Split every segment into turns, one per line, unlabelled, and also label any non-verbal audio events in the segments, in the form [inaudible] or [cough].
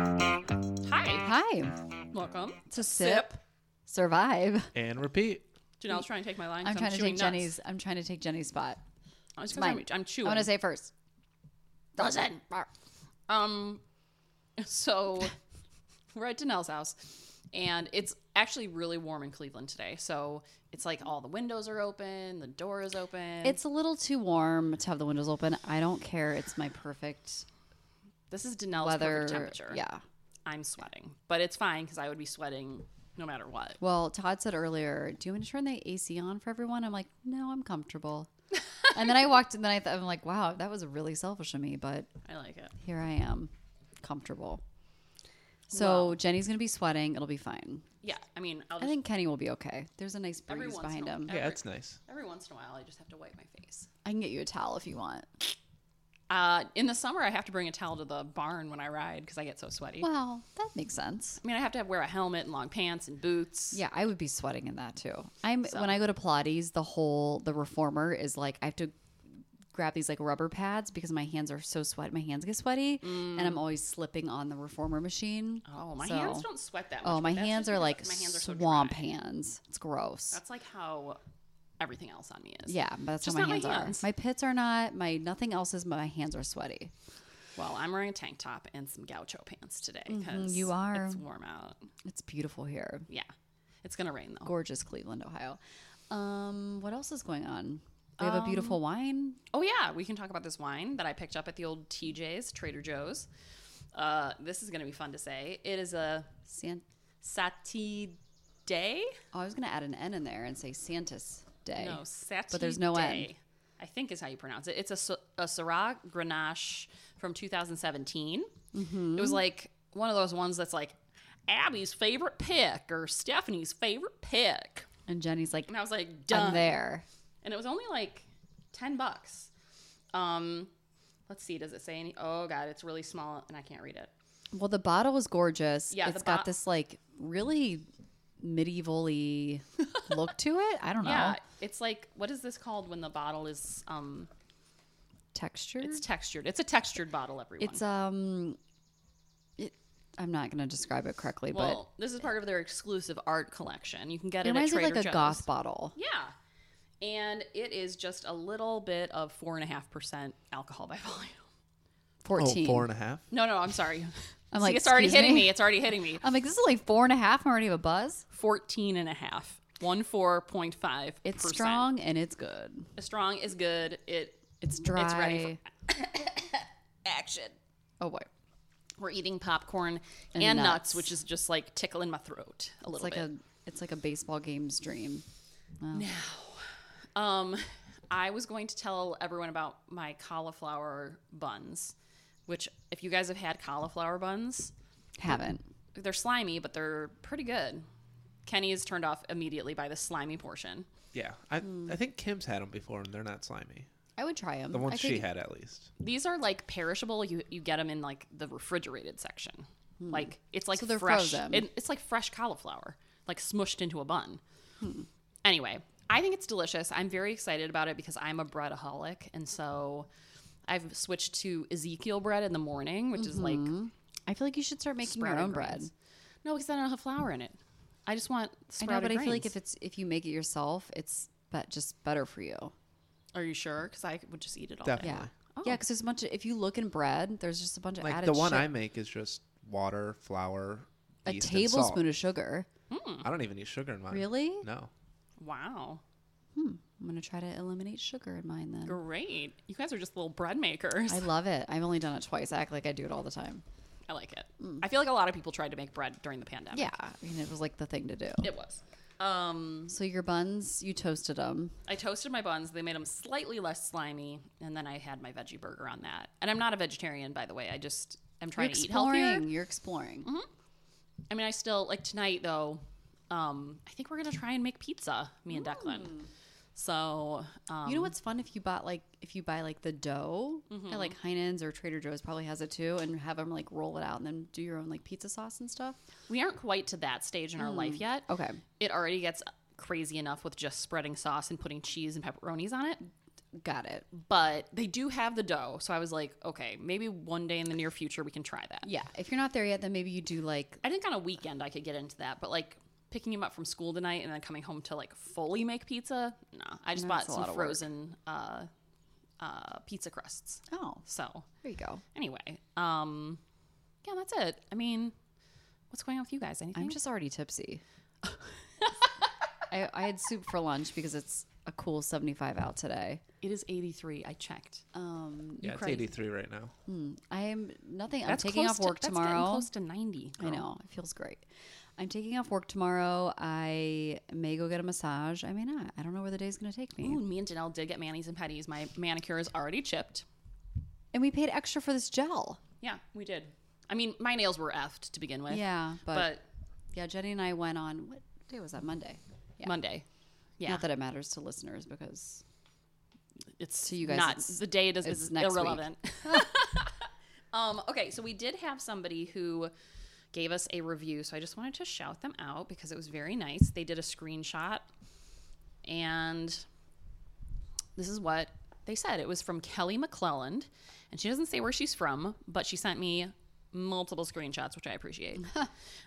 Hi.
Hi.
Welcome
To Sip. Survive.
and repeat.
Janelle's trying to take my line.
I'm
'cause
trying to
chewing nuts.
take Jenny's. I'm trying to take Jenny's spot.
I'm, just
mine.
gonna I'm
I
chewing.
want to say first. Doesn't.
Um, so [laughs] we're at Danelle's house, and it's actually really warm in Cleveland today. So it's like all the windows are open, the door is open.
It's a little too warm to have the windows open. I don't care. It's my perfect
this is Danelle's
weather.
perfect temperature.
Yeah.
I'm sweating, but it's fine because I would be sweating no matter what.
Well, Todd said earlier, "Do you want me to turn the AC on for everyone?" I'm like, "No,
[laughs]
I'm comfortable." and then I walked, and then I thought, I'm like, "Wow, that was really selfish of me," but
I like it.
here I am, comfortable. So Jenny's gonna be sweating. It'll be fine.
Yeah, I mean, I'll
I
just,
think Kenny will be okay. There's a nice breeze
once
behind
in a
him.
while.
Yeah,
Every-
that's nice.
every once in a while, I just have to wipe my face.
I can get you a towel if you want.
Uh, in the summer, I have to bring a towel to the barn when I ride because I get so sweaty.
Well, that makes sense.
I mean, I have to have, wear a helmet and long pants and boots.
Yeah, I would be sweating in that too. I'm when I go to Pilates, the whole the reformer is like I have to grab these like rubber pads because my hands are so sweat. My hands get sweaty, and I'm always slipping on the reformer machine.
Mm. Oh, my
So-
hands don't sweat that much.
Oh,
but
my
that's
hands
just
are
because
like
my hands are so dry.
swamp hands. It's gross.
That's like how everything else on me is.
yeah, but that's
Just
how
not
my
my
hands,
hands.
are. My pits are not. My nothing else is. but My hands are sweaty.
Well, I'm wearing a tank top and some gaucho pants today because
Mm-hmm. you are.
It's warm out.
It's beautiful here.
Yeah, it's gonna rain though.
Gorgeous Cleveland, Ohio. Um, what else is going on? We
Um,
have a beautiful wine.
Oh yeah, we can talk about this wine that I picked up at the old TJ's Trader Joe's. Uh, this is gonna be fun to say. It is a
San-
Satie
Oh, I was gonna add an N in there and say Santa's Day.
No, Satie
there's no N.
I think is how you pronounce it. It's a, Sy- a Syrah Grenache from 2017.
Mm-hmm.
It was like one of those ones that's like Abby's favorite pick or Stephanie's favorite pick.
And Jenny's like,
And I was like,
I'm
done.
there.
And it was only like 10 bucks. Um, let's see, does it say any? Oh, God, it's really small and I can't read it.
Well, the bottle was gorgeous.
Yeah,
Yeah,
the
it's got
bo-
this like really
[laughs]
medieval-y look to it. I don't know
Yeah, it's like, what is this called when the bottle is, um,
texture.
it's
It's,
textured. It's a textured bottle, everyone.
um, it, I'm not gonna describe it correctly,
Well, this is part of their exclusive art collection. You can get it,
but it
at
reminds me
Trader
of like a
Joe's.
goth bottle.
Oh,
Yeah, and it is just a little bit of four and a half percent alcohol by [laughs] volume.
Fourteen.
Oh, four and a half.
No, no, I'm sorry. [laughs] See,
I'm like,
it's already
"Excuse
hitting
me?"
me. It's already hitting me.
I'm like, this is only four and a half. I already have a buzz.
14 and a half. One four point five.
It's strong and it's good.
Strong is good. It
It's dry.
It's ready for action.
oh boy,
We're eating popcorn and, nuts.
nuts.
which is just like tickling my throat a
it's
little
like
bit.
a it's like a baseball game's dream.
Um, [laughs] I was going to tell everyone about my cauliflower buns, which if you guys have had cauliflower buns,
Haven't.
they're slimy, but they're pretty good. Kenny is turned off immediately by the slimy portion.
Yeah, I
Hmm.
I think Kim's had them before, and they're not slimy.
Mm, I would try them.
The ones she had, at least.
These are like perishable. You you get them in like the refrigerated section. Like it's like
Hmm. So they're
fresh.
frozen.
it- it's like fresh cauliflower, like smushed into a bun.
Hmm.
Anyway, I think it's delicious. I'm very excited about it because I'm a breadaholic, and so I've switched to Ezekiel bread in the morning, which is like
Mm-hmm. I feel like you should start making your
sprouted
own bread.
grains. No, because I don't have flour in it. I just want
I
sprouted
know, but I feel like
grains.
if it's if you make it yourself, it's but just better for you.
Are you sure? Because I would just eat it all day.
Definitely.
Yeah,
Oh.
yeah, because there's a bunch of if you look in bread, there's just a bunch of
Like
added
the one
shit.
I make is just water, flour,
a
yeast, and salt.
tablespoon of sugar.
I don't even use sugar in mine.
Really?
No.
Wow.
I'm gonna try to eliminate sugar in mine then.
Great. You guys are just little bread makers.
I love it. I've only done it twice. I act like I do it all the time.
[laughs] I like it.
Mm.
I feel like a lot of people tried to make bread during the pandemic.
Yeah, I mean it was like the thing to do.
It was. Um,
So your buns, you toasted them.
I toasted my buns. They made them slightly less slimy, and then I had my veggie burger on that. And I'm not a vegetarian, by the way. I just am
You're
trying to eat healthier.
exploring. You're exploring.
I mean, I still like tonight though. Um, I think we're gonna try and make pizza, me and Declan. So um,
You know what's fun if you bought like if you buy like the dough at
Mm-hmm.
like Heinen's or Trader Joe's probably has it too, and have them like roll it out and then do your own like pizza sauce and stuff.
we aren't quite to that stage in our life yet.
Mm. Okay,
It already gets crazy enough with just spreading sauce and putting cheese and pepperonis on it.
Got it.
but they do have the dough. So I was like, okay, maybe one day in the near future we can try that.
Yeah. If you're not there yet, then maybe you do like
I think on a weekend I could get into that, but like picking him up from school tonight and then coming home to like fully make pizza, no. I just
That's
bought
a
some
lot of work.
frozen uh, uh, pizza crusts.
oh,
So
there you go.
anyway, um, yeah, that's it. I mean, what's going on with you guys? Anything?
I'm just
[laughs]
already tipsy. I, I had soup for lunch because it's a cool 75 out today.
it is 83. I checked.
Um,
Yeah, it's
crazy.
83 right now.
I am nothing.
That's
I'm taking
close
off work
to, that's getting
tomorrow.
close to 90.
I know. It feels great. I'm taking off work tomorrow. I may go get a massage. I may not. I don't know where the day's going to take me.
Ooh, me and Janelle did get manis and petties. My manicure is already chipped.
And we paid extra for this gel.
Yeah, we did. I mean, my nails were effed to begin with.
Yeah, but,
but
yeah, Jenny and I went on what day was that? Monday. Yeah.
Monday. Yeah,
Not that it matters to listeners because
it's
to you guys,
Not
it's-
the day does
it's
is
next week.
irrelevant.
[laughs]
[laughs] um, okay, so we did have somebody who gave us a review, so I just wanted to shout them out because it was very nice. They did a screenshot, and this is what they said. It was from Kelly McClelland, and she doesn't say where she's from, but she sent me multiple screenshots, which I
[laughs]
appreciate.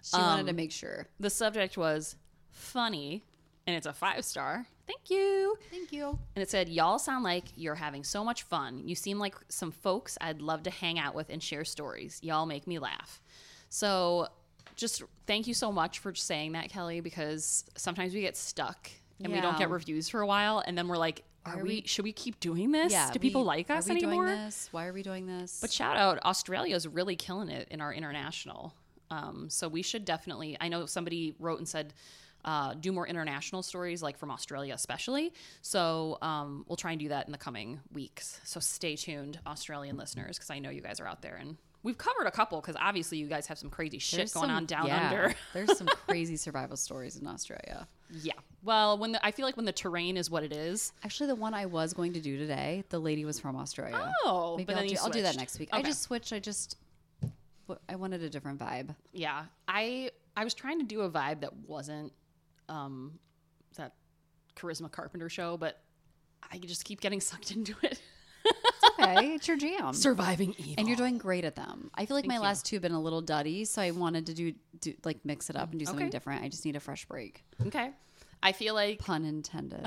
she wanted to make sure.
The subject was funny, and it's a five star. Thank you.
Thank you.
And it said, Y'all sound like you're having so much fun. You seem like some folks I'd love to hang out with and share stories. Y'all make me laugh. So just thank you so much for saying that, Kelly, because sometimes we get stuck and we don't
Yeah.
get reviews for a while. And then we're like, Are, we, should we keep doing this? Do people
we-
like us
are we
anymore?
Doing this? Why are we doing this?
But shout out, Australia's really killing it in our international. Um, so we should definitely. I know somebody wrote and said, uh, do more international stories, like from Australia, especially. So um, we'll try and do that in the coming weeks. So stay tuned, Australian listeners, because I know you guys are out there. And we've covered a couple, because obviously you guys have some crazy shit
There's
going
some-
on down
yeah, [laughs]
under. [laughs]
there's some crazy survival stories in Australia.
yeah. Well, when the, I feel like when the terrain is what it is.
Actually, the one I was going to do today, the lady was from Australia.
Oh,
Maybe
but
I'll,
then
do,
you
I'll do that
switched.
next week. I
Okay.
just switched. I just w- I wanted a different [laughs] vibe.
Yeah. I I was trying to do a vibe that wasn't um that charisma carpenter show, but I just keep getting [laughs] sucked into it.
Okay, it's your jam.
Surviving evil.
and you're doing great at them. I feel like my last two have been a little duddy, so I wanted to do, do like mix it up and do something
Okay.
different. I just need a fresh break.
Okay. I feel like [laughs]
Pun intended.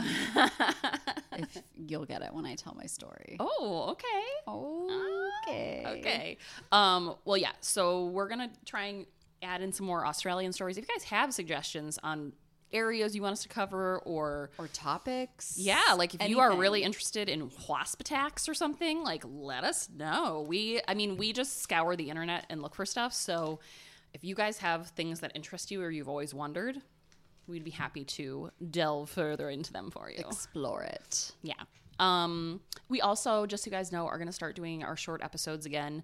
if you'll get it when I tell my story.
Oh, okay.
Okay.
Oh. Okay. Um, well, yeah. So we're gonna try and add in some more Australian stories. If you guys have suggestions on areas you want us to cover, or
Or topics.
yeah, like if you are
anything.
really interested in wasp attacks or something, like let us know. We, I mean, we just scour the internet and look for stuff. So if you guys have things that interest you or you've always wondered, we'd be happy to delve further into them for you.
[laughs]
[laughs]
explore it.
Yeah. Um, we also, just so you guys know, are going to start doing our short episodes again.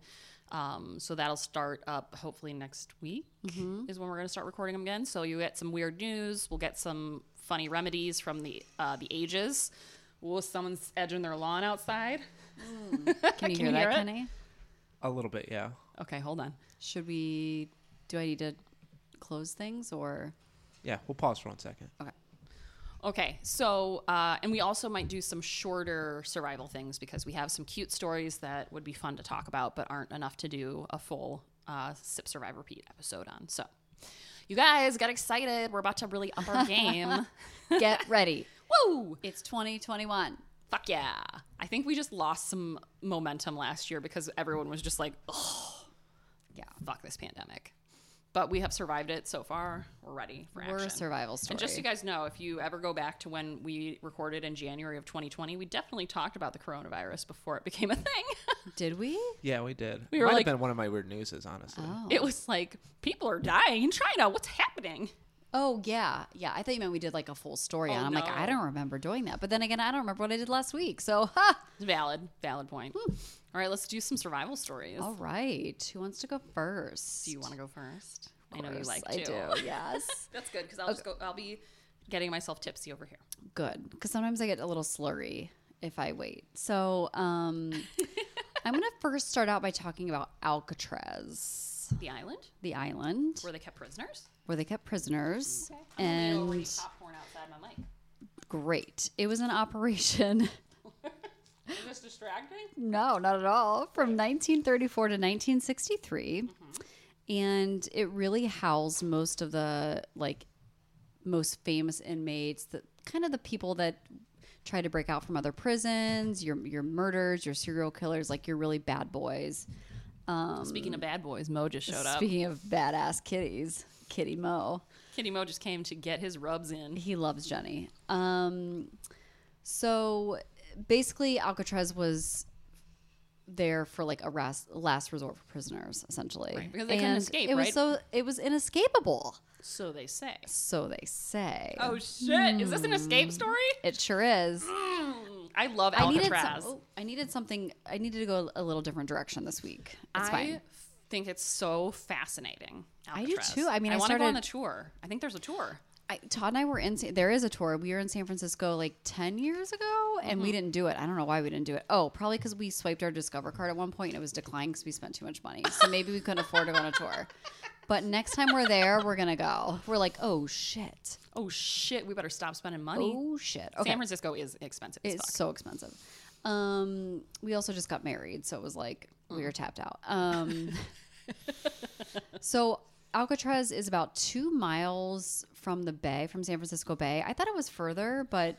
Um, so that'll start up hopefully next week is when we're going to start recording them again. So you get some weird news. We'll get some funny remedies from the uh, the ages. Well, someone's edging their lawn outside.
Can you
Can
hear
you hear
that,
it?
Kenny?
A little bit, yeah.
Okay, hold on.
Should we? Do I need to close things or?
Yeah, we'll pause for one second.
Okay, so uh, and we also might do some shorter survival things because we have some cute stories that would be fun to talk about, but aren't enough to do a full uh, Sip Survivor Repeat episode on. So, you guys got excited. We're about to really up our game. [laughs]
Get ready.
Woo!
It's 2021.
Fuck yeah! I think we just lost some momentum last year because everyone was just like, oh, yeah, fuck this pandemic. But we have survived it so far. We're ready for
We're
action.
a survival story.
And just so you guys know, if you ever go back to when we recorded in January of 2020, we definitely talked about the coronavirus before it became a thing. [laughs]
Did we?
Yeah, we did.
We were
Might
like-
have been one of my weird newses, honestly.
Oh.
it was like, people are dying in China. What's happening?
Oh yeah, yeah. I thought you meant we did like a full story
Oh,
on. I'm like,
no.
I don't remember doing that. But then again, I don't remember what I did last week. So, [laughs] ha.
It's valid, valid point. All right, let's do some survival stories.
All right. Who wants to go first?
Do you want to go first? I know you
First,
like
I
to.
do. Yes.
[laughs] That's good because I'll just go. I'll be getting myself tipsy over here.
Good, because sometimes I get a little slurry if I wait. So,
[laughs]
um, I'm gonna first start out by talking about Alcatraz,
The island
the island
where they kept prisoners.
where they kept prisoners,
I'm gonna go
and
eat popcorn outside my mic.
great. It was an operation
Is this distracting?
No, not at all. From 1934 to 1963.
Mm-hmm.
And it really housed most of the like most famous inmates, the kind of the people that try to break out from other prisons, your your murders, your serial killers, like your really bad boys. Um,
Speaking of bad boys, Mo just showed up.
Speaking of badass kitties, Kitty Mo.
Kitty Mo just came to get his rubs in.
He loves Jenny. Um, so basically, Alcatraz was there for like a ras- last resort for prisoners, essentially,
Right, because they couldn't escape,
It was
right?
so it was inescapable,
So they say.
so they say.
Oh shit! Is this an escape story?
It sure is.
I love
Hmm. I needed,
Alcatraz.
some- oh, I needed something. I needed to go a little different direction this week. It's
I
fine.
think it's so fascinating.
I do
Alcatraz.
too. I mean, I
wanna go on
started-
a tour. I think there's a tour.
I, Todd and I were in. Sa- There is a tour. We were in San Francisco like ten years ago, and we didn't do it. I don't know why we didn't do it. Oh, probably because we swiped our Discover card at one point and it was declined because we spent too much money. So maybe we couldn't afford to go on a tour. But next time we're there, we're gonna go. We're like, oh shit,
Oh shit! We better stop spending money.
oh shit. Okay,
San Francisco is expensive. as
it's
fuck.
so expensive. Um, we also just got married, so it was like we
Mm.
were tapped out.
[laughs]
Um, so Alcatraz is about two miles from the bay, from San Francisco Bay. I thought it was further, but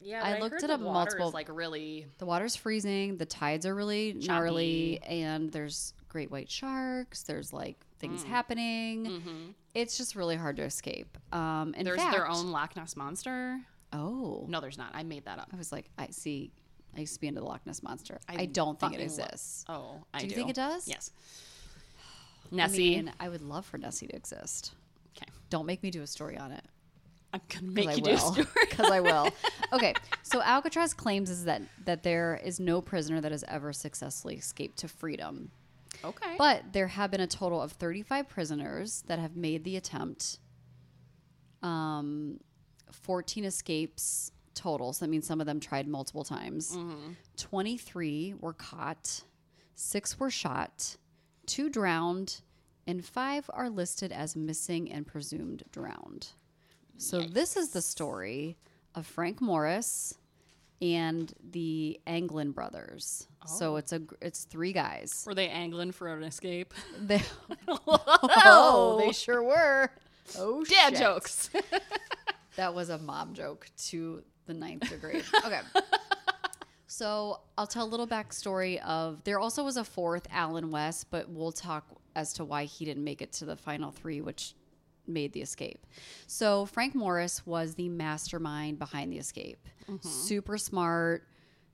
Yeah,
I but I looked heard it the up water is, multiple-
like really
The water's freezing. The tides are really gnarly, and there's great white sharks. There's like things
Mm.
happening. It's just really hard to escape. Um, in
Mm-hmm. there's
fact,
their own Loch Ness monster.
Oh,
No, there's not. I made that up.
I was like, I see. I used to be into the Loch Ness monster. I,
I
don't think it
fucking lo-
exists.
Oh, I do.
you think it does?
Yes.
I
Nessie.
mean, I would love for Nessie to exist.
okay.
Don't make me do a story on it.
I'm gonna
'Cause
make
I
you do a
will.
story.
Because
[laughs]
I will. Okay. So Alcatraz claims is that that there is no prisoner that has ever successfully escaped to freedom.
Okay. But
[laughs] But there have been a total of 35 prisoners that have made the attempt. Um, 14 escapes total. So that means some of them tried multiple times. 23 were caught, six were shot, two drowned, and five are listed as missing and presumed drowned. So this is the story of Frank Morris and the Anglin brothers. So it's a gr- it's three guys.
were they angling for an escape?
They, oh, [laughs] they sure were. Oh,
Dad
shit.
jokes.
That was a mom joke to the ninth [laughs] degree. Okay. So I'll tell a little backstory of there also was a fourth Alan West, but we'll talk as to why he didn't make it to the final three, which made the escape. So Frank Morris was the mastermind behind the escape.
Mm-hmm.
Super smart,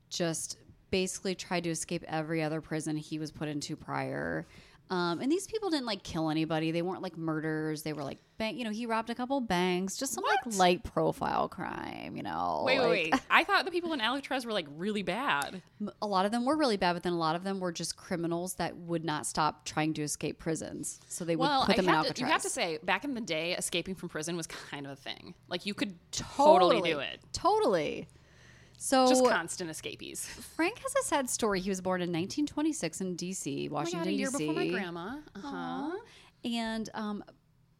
just basically tried to escape every other prison he was put into prior. Um, and these people didn't like kill anybody. They weren't like murders. They were like, bank, you know, he robbed a couple banks, just some like light profile crime, you know.
wait,
like-
wait, wait. I thought the people
[laughs]
in Alcatraz were like really bad.
m- a lot of them were really bad, but then a lot of them were just criminals that would not stop trying to escape prisons. So they would
Well,
put them
I
in
have
Alcatraz.
to, you have to say, back in the day, escaping from prison was [laughs] kind of a thing. Like you could totally, do it.
Totally. So
Just constant escapees.
Frank has a sad story. He was born in 1926 in D.C., Washington,
Oh a year
D.C.
before my grandma. Uh-huh.
And um,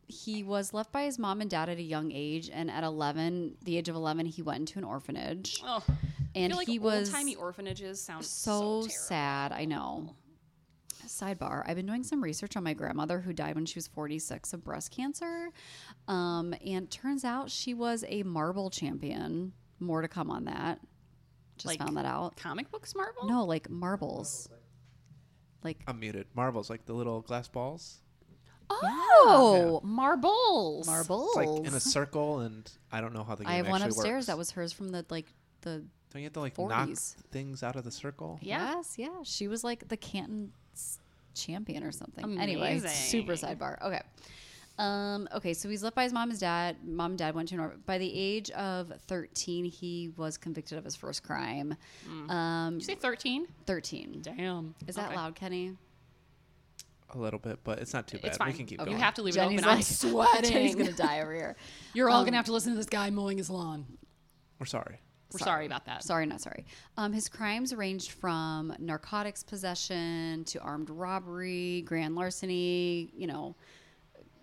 he was left by his mom and dad at a young age. And at 11, the age of 11, he went into an orphanage.
Oh,
and
I feel like
he was
timey orphanages sound
so,
so, terrible.
sad. I know. Sidebar: I've been doing some research on my grandmother who died when she was 46 of breast cancer, um, and turns out she was a marble champion. More to come on that. Just
Like-
found that out.
Comic books, Marvel?
No, like marbles. Like
I'm muted. Marbles, like the little glass balls.
oh,
marbles.
marbles!
It's like in a circle, and I don't know how the game
I have one
actually
upstairs.
works.
That was hers from the like the
Don't you have to like
40s.
knock things out of the circle?
Yeah.
Yes, yeah. She was like the Canton s- champion or something. Anyway,
Amazing.
super sidebar. Okay. Um, okay, so he's left by his mom and his dad. Mom and dad went to an orphan. By the age of 13, he was convicted of his first crime. Um,
You say 13?
13.
Damn.
Is that
Okay.
loud, Kenny?
A little bit, but it's not too bad.
It's fine.
We can keep
Okay.
going.
You have to leave
Jenny's
it open. [laughs]
like, Um,
I'm
Jenny's
sweating.
going to die over here.
You're all going to have to listen to this guy mowing his lawn.
We're sorry.
We're sorry about that.
Sorry, not sorry. Um, his crimes ranged from narcotics possession to armed robbery, grand larceny, you know,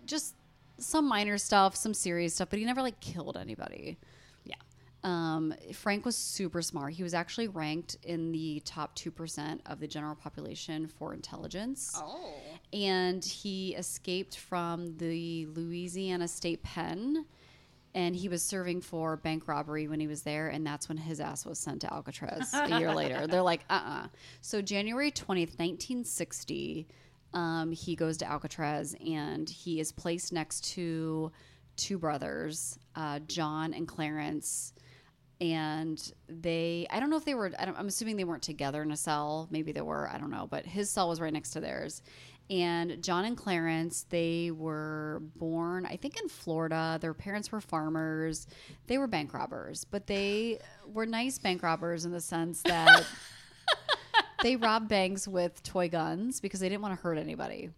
just some minor stuff, some serious stuff, but he never like killed anybody.
Yeah.
Um, Frank was super smart. He was actually ranked in the top 2% of the general population for intelligence.
Oh.
And he escaped from the Louisiana state pen and he was serving for bank robbery when he was there. And that's when his ass was sent to Alcatraz a year later. They're like, uh uh So, January 20th, 1960, um, he goes to Alcatraz and he is placed next to two brothers, uh, John and Clarence and they i don't know if they were I don't, i'm assuming they weren't together in a cell maybe they were i don't know but his cell was right next to theirs and john and clarence they were born i think in florida their parents were farmers they were bank robbers but they were nice bank robbers in the sense
[laughs]
that they robbed banks with toy guns because they didn't want to hurt anybody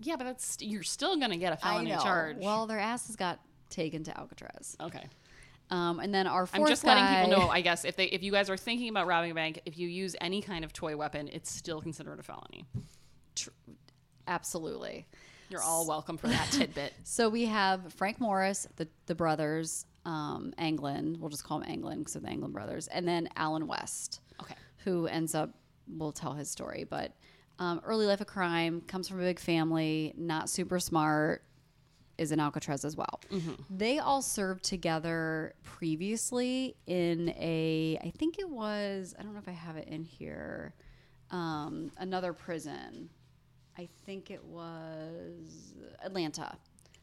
Yeah, but that's you're still gonna get a felony charge.
well their asses got taken to alcatraz
okay.
um, and then our 4th
I'm just letting
guy,
people know. I guess if they if you guys are thinking about robbing a bank, if you use any kind of toy weapon, it's still considered a felony.
absolutely
You're all welcome for that
[laughs]
tidbit.
So we have Frank Morris, the the brothers, um, Anglin. We'll just call them Anglin because of the Anglin brothers, and then Alan West,
Okay.
who ends up. We'll tell his story, but um, early life of crime comes from a big family, not super smart, is in Alcatraz as well. They all served together previously in a. I think it was. I don't know if I have it in here. Um, another prison. I think it was Atlanta.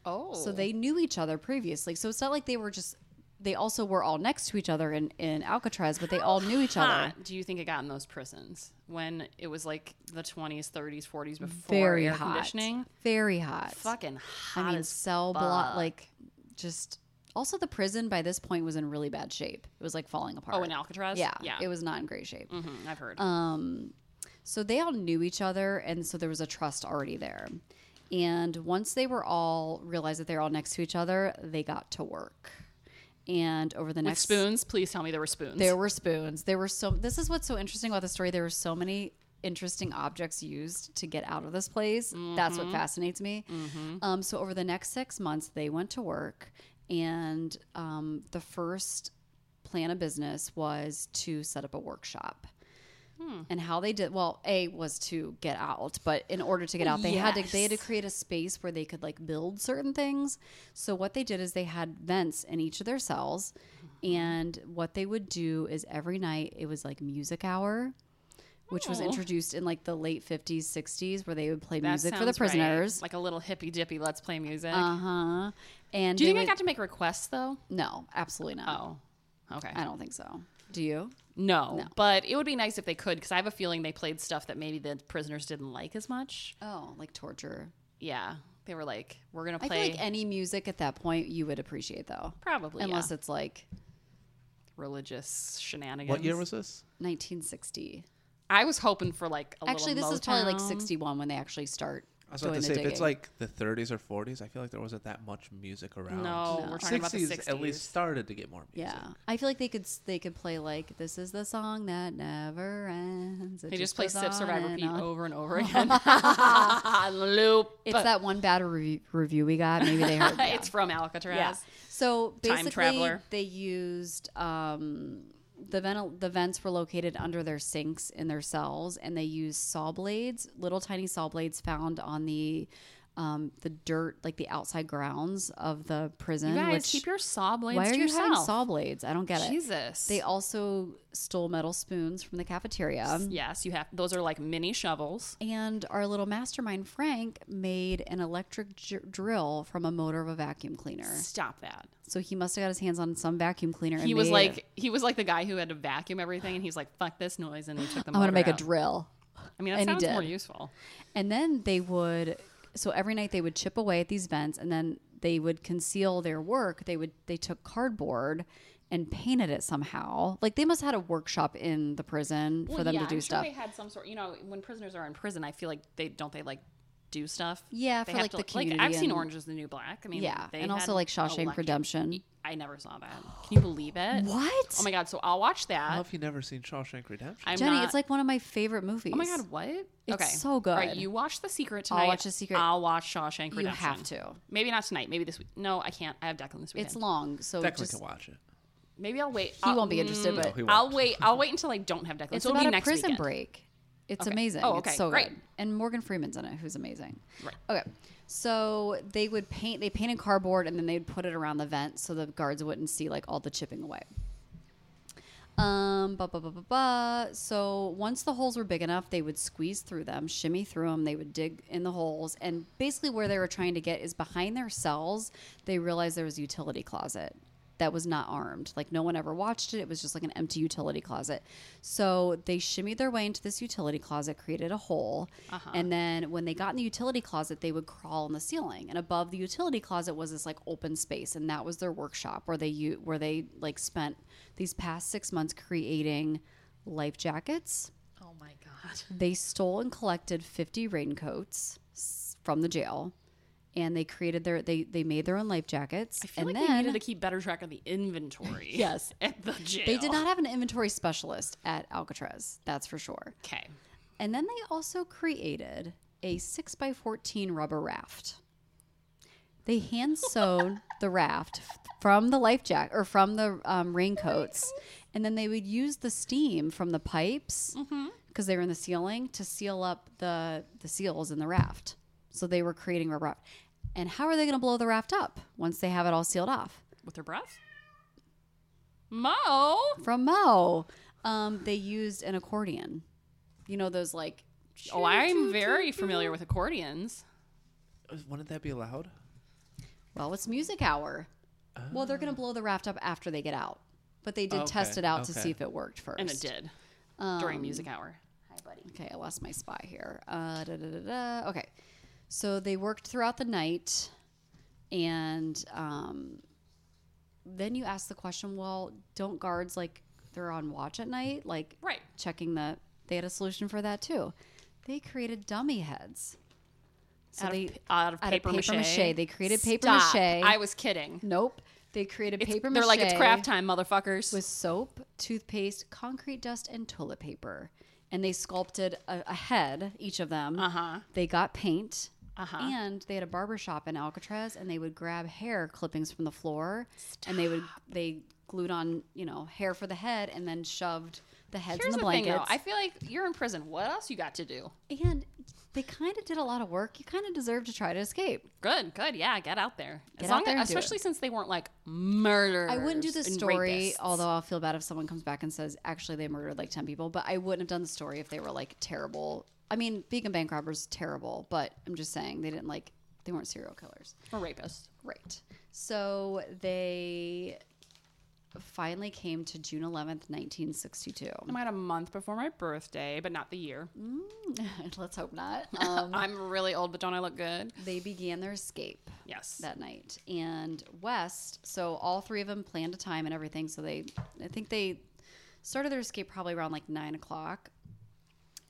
Oh.
So they knew each other previously. So it's not like they were just they also were all next to each other in, in Alcatraz, but they all knew each other.
Do you think it got in those prisons when it was like the 20s, 30s, 40s before
Very
air
hot.
conditioning?
Very hot.
Fucking hot.
I mean
as
cell block
fuck.
like just also the prison by this point was in really bad shape. It was like falling apart.
oh, in Alcatraz.
Yeah.
yeah.
It was Um, not in great shape.
Mhm, I've heard.
So they all knew each other, and so there was a trust already there. And once they were all realized that they're all next to each other, they got to work. And over the
With
next
spoons, please tell me there were spoons.
There were spoons. There were so. This is what's so interesting about the story. There were so many interesting objects used to get out of this place. That's what fascinates me. Um, so over the next six months, they went to work, and um, the first plan of business was to set up a workshop.
Mm-hmm.
And how they did well, a was to get out, but in order to get out, they had to they had to
Oh, Yes.
create a space where they could like build certain things. So what they did is they had vents in each of their cells,
Mm-hmm.
and what they would do is every night it was like music hour, which was
Oh.
introduced in like the late fifties, sixties, where they would play
That
music for the
sounds right.
prisoners.
Like a little hippy dippy, let's play music.
Uh huh. And
Do you think
they
I
would-
got to make requests though?
no? Absolutely not.
Oh, okay.
I don't think so. Do you?
No,
No.
but it would be nice if they could because I have a feeling they played stuff that maybe the prisoners didn't like as much.
Oh, like torture.
Yeah, they were like, "We're gonna
I
play."
feel like any music at that point you would appreciate though,
Probably,
unless
yeah.
it's like
religious shenanigans.
What year was this?
1960.
I was hoping for like a
Actually, this
little
is probably like
Motown.
61 when they actually start
I was about
doing
to
the
say if
digging.
it's like the 30s or 40s, I feel like there wasn't that much music around.
No, we're talking about the 60s.
at least started to get more music.
yeah, I feel like they could s- they could play like this is the song that never ends. It
They just play
goes
Sip,
on
Survivor,
and
Repeat
on.
over and
[laughs]
over again. [laughs] On Loop.
It's that one bad re- review we got. Maybe they heard.
[laughs]
Yeah.
it's from Alcatraz.
Yeah. So
Time
basically,
traveler.
they used um, the ven- the vents were located under their sinks in their cells, and they used saw blades, little tiny saw blades found on the um, the dirt, like the outside grounds of the prison.
You guys,
which,
keep your saw blades
why are
to
you
yourself.
having saw blades? I don't get it.
Jesus.
They also stole metal spoons from the cafeteria.
yes, you have. Those are like mini shovels.
And our little mastermind Frank made an electric dr- drill from a motor of a vacuum cleaner.
Stop that.
So he must have got his hands on some vacuum cleaner.
He
and
was
made-
like, he was like the guy who had to vacuum everything, and he's like, "Fuck this noise," and he took the.
"I'm gonna
motor
make a
out.
drill."
I mean, that
and he
sounds more
did.
useful.
And then they would. So every night they would chip away at these vents, and then they would conceal their work. They would they took cardboard and painted it somehow. Like they must have had a workshop in the prison for them to do stuff.
They had some sort. You know, when prisoners are in prison, I feel like they don't they like do stuff.
Yeah,
They
for,
have
like,
to-
the
Like I've
community
seen
and-
Orange Is the New Black. I mean,
yeah,
they
and
had
also like Shawshank
elect-
Redemption.
I never saw that. Can you believe it?
What?
Oh my god! So I'll watch
How
that.
have you never seen Shawshank Redemption?
I'm
Jenny,
not-
it's like one of my favorite movies.
Oh my god! What? okay,
so
All right,
good.
you watch The Secret tonight.
I'll watch The Secret.
I'll watch Shawshank Redemption.
you have to.
Maybe not tonight. Maybe this week. No, I can't. I have Declan this weekend.
It's long, so
Declan
just
can watch it.
Maybe I'll wait.
He
I'll- mm,
won't be interested,
No,
but
he won't.
I'll wait. I'll wait until I don't have Declan.
it's
so it'll
about
be
a
next
prison
weekend.
break. It's
Okay.
amazing.
Oh, okay,
It's so
great.
good. And Morgan Freeman's in it, who's amazing.
Right.
Okay. So they would paint. They painted cardboard, and then they'd put it around the vent so the guards wouldn't see like all the chipping away. Um, ba ba ba ba ba. So once the holes were big enough, they would squeeze through them, shimmy through them. They would dig in the holes, and basically where they were trying to get is behind their cells. They realized there was a utility closet that was not armed. Like no one ever watched it. It was just like an empty utility closet. So they shimmied their way into this utility closet, created a hole,
Uh-huh.
and then when they got in the utility closet, they would crawl on the ceiling. And above the utility closet was this like open space, and that was their workshop where they u- where they like spent these past six months creating life jackets.
Oh my god.
They stole and collected 50 raincoats s- from the jail. And they created their they they made their own life jackets.
I feel
and
like they
then
needed to keep better track of the inventory.
[laughs] Yes.
[laughs] At the jail.
They did not have an inventory specialist at Alcatraz, that's for sure.
Okay.
And then they also created a 6x14 rubber raft. They
[laughs]
hand sewed the raft f- from the life jacket or from the um, raincoats. And then they would use the steam from the pipes because
Mm-hmm.
they were in the ceiling to seal up the, the seals in the raft. So they were creating a raft. And how are they going to blow the raft up once they have it all sealed off?
With their breath. Mo.
from Mo. Um, they used an accordion. You know those like.
Oh, I'm very familiar with accordions.
Uh, Wouldn't that be loud?
Well, it's music hour. Well, they're gonna blow the raft up after they get out, but they did test
Ah. Okay,
it out to
okay.
see if it worked first.
And it did.
Um,
during music hour.
Hi, buddy. Okay, I lost my spot here. Uh, da, da, da, da. Okay, so they worked throughout the night, and um, then you ask the question: Well, don't guards like they're on watch at night? Like,
Right.
checking the they had a solution for that too. They created dummy heads. So
out,
they
of, pa- out of
out
paper,
of paper mache. They created paper
Stop.
mache.
I was kidding.
nope. They created
It's-
paper mache.
They're like it's craft time, motherfuckers.
with soap, toothpaste, concrete dust, and toilet paper. And they sculpted a, a head, each of them.
Uh-huh.
They got paint. And they had a barber shop in Alcatraz, and they would grab hair clippings from the floor, and they would they glued on you know hair for the head, and then shoved the heads
Here's
in the
the thing,
blankets.
though. I feel like you're in prison. What else you got to do?
and they kind of did a lot of work. You kind of deserve to try to escape.
Good, good. Yeah, get out there.
Get
As
out
long
there and do
especially since they weren't like murder.
I wouldn't do this story, although I'll feel bad if someone comes back and says, actually, they murdered like 10 people. But I wouldn't have done the story if they were like terrible. I mean, being a bank robber is terrible, but I'm just saying they didn't like, they weren't serial killers.
a rapist.
Right. So they finally came to June 11th, 1962.
I'm at a month before my birthday, but not the year.
[laughs] Let's hope not. Um,
[laughs] I'm really old, but don't I look good?
they began their escape.
Yes.
that night. And West, so all three of them planned a time and everything. So they, I think they started their escape probably around like nine o'clock.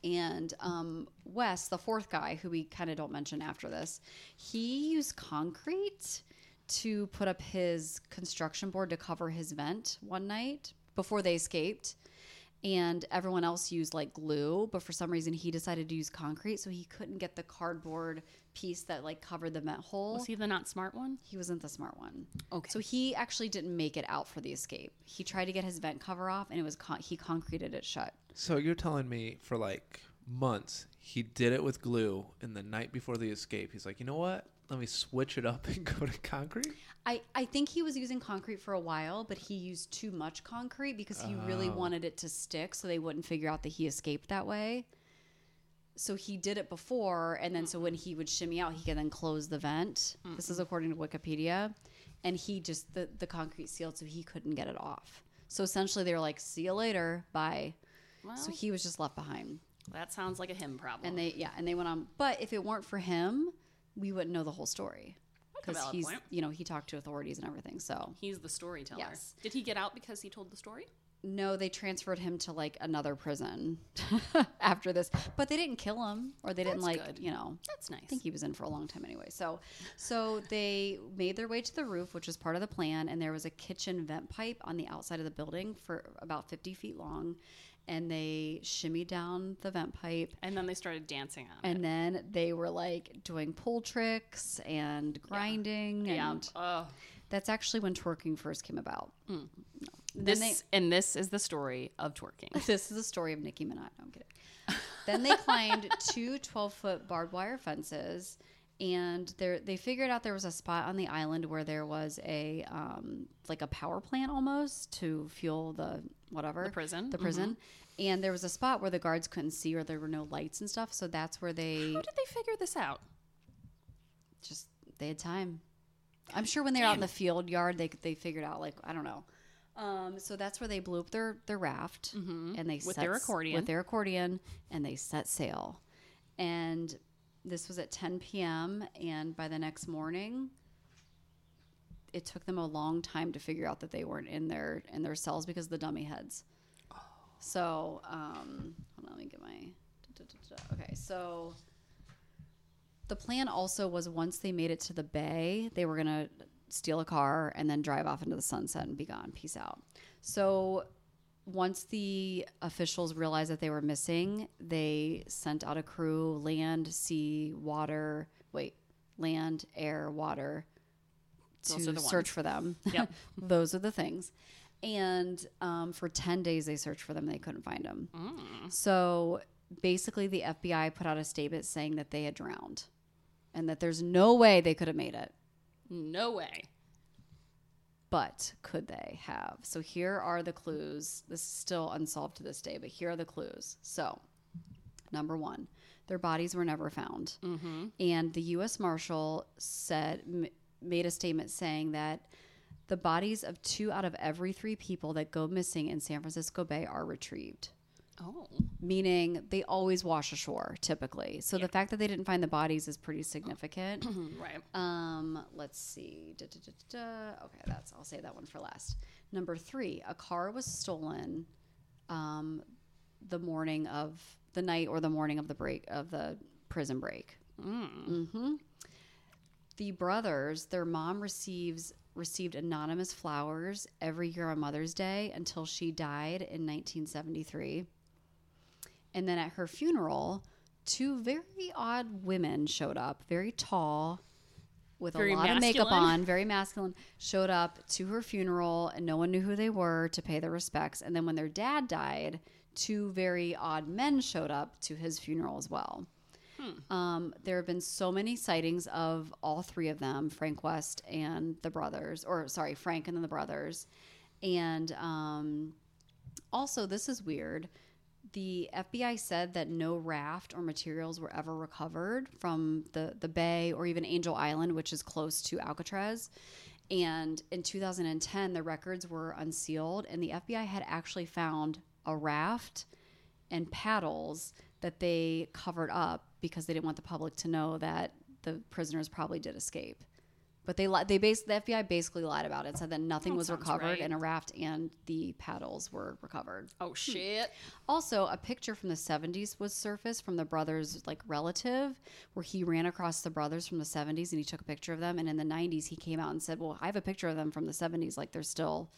And um, West, the fourth guy, who we kind of don't mention after this, he used concrete to put up his construction board to cover his vent one night before they escaped. And everyone else used like glue, but for some reason he decided to use concrete, so he couldn't get the cardboard piece that like covered the vent hole.
Was he the not smart one?
He wasn't the smart one.
Okay.
So he actually didn't make it out for the escape. He tried to get his vent cover off, and it was con- he concreted it shut.
So you're telling me for like months he did it with glue, and the night before the escape, he's like, you know what? Let me switch it up [laughs] and go to concrete.
I, I think he was using concrete for a while, but he used too much concrete because he really
Oh.
wanted it to stick, so they wouldn't figure out that he escaped that way. So he did it before, and then so when he would shimmy out, he could then close the vent. This is according to Wikipedia, and he just the the concrete sealed, so he couldn't get it off. So essentially, they were like, "See you later, bye."
Well,
So he was just left behind.
that sounds like a him problem.
And they yeah, and they went on. But if it weren't for him, we wouldn't know the whole story
a
because
valid
he's
point.
you know he talked to authorities and everything. So
He's the storyteller.
Yes.
Did he get out because he told the story?
no, they transferred him to like another prison [laughs] after this, but they didn't kill him or they didn't
That's
like
good.
you know.
That's nice.
I think he was in for a long time anyway. So, so they made their way to the roof, which was part of the plan, and there was a kitchen vent pipe on the outside of the building for about fifty feet long, and they shimmied down the vent pipe
And then they started dancing on it.
and then they were like doing pull tricks and grinding
Yeah.
and
Oh, Mm.
that's actually when twerking first came about
This
they-
and this is the story of
[laughs]
twerking.
[laughs] This is the story of Nicki Minaj. No, I'm kidding. then they climbed
[laughs]
two 12 foot barbed wire fences and there, they figured out there was a spot on the island where there was a um, like a power plant almost to fuel the whatever
The Mm-hmm. prison?
the prison and there was a spot where the guards couldn't see or there were no lights and stuff so that's where they
How did they figure this out?
just they had time. I'm sure when they were out in the field yard, they they figured out like I don't know. Um, so that's where they blew up their their raft and they
Mm-hmm. With
set
their
s-
accordion.
with their accordion and they set sail. And this was at 10 p.m. and by the next morning, it took them a long time to figure out that they weren't in their in their cells because of the dummy heads.
Oh.
So um, hold on, let me get my okay. So the plan also was once they made it to the bay, they were gonna steal a car and then drive off into the sunset and be gone. Peace out. So once the officials realized that they were missing, they sent out a crew land, sea, water, wait, land, air, water
Those
to
are the
search for them.
Yep.
[laughs] Those are the things. And um, for 10 days, they searched for them. They couldn't find them. So basically, the FBI put out a statement saying that they had drowned and that there's no way they could have made it.
No way.
But could they have? So here are the clues. This is still unsolved to this day, but here are the clues. So, number one, their bodies were never found. And the U.S. Marshal said, m- made a statement saying that the bodies of two out of every three people that go missing in San Francisco Bay are retrieved
Oh,
meaning they always wash ashore typically. So the fact that they didn't find the bodies is pretty significant.
Hmm, right.
um, let's see. Da, da, da, da, da. Okay, that's I'll say that one for last. Number three, a car was stolen um, the morning of the night or the morning of the break of the prison break. hmm The brothers, their mom receives received anonymous flowers every year on Mother's Day until she died in 1973. And then at her funeral, two very odd women showed up, very tall, with
Very
a lot of makeup
masculine.
on, very masculine, showed up to her funeral, and no one knew who they were to pay their respects. And then when their dad died, two very odd men showed up to his funeral as well.
Hmm.
Um, there have been so many sightings of all three of them, Frank West and the brothers, or sorry, Frank and then the brothers. And um, also, this is weird. The FBI said that no raft or materials were ever recovered from the, the bay or even Angel Island, which is close to Alcatraz. And in 2010, the records were unsealed, and the FBI had actually found a raft and paddles that they covered up because they didn't want the public to know that the prisoners probably did escape. But they li- they bas- the FBI basically lied about it, said that nothing
That
was
sounds
recovered
right.
and a raft and the paddles were recovered.
Oh shit.
Also, a picture from the 70s was surfaced from the brothers' like relative where he ran across the brothers from the 70s and he took a picture of them and in the 90s he came out and said, "Well, I have a picture of them from the 70s like they're still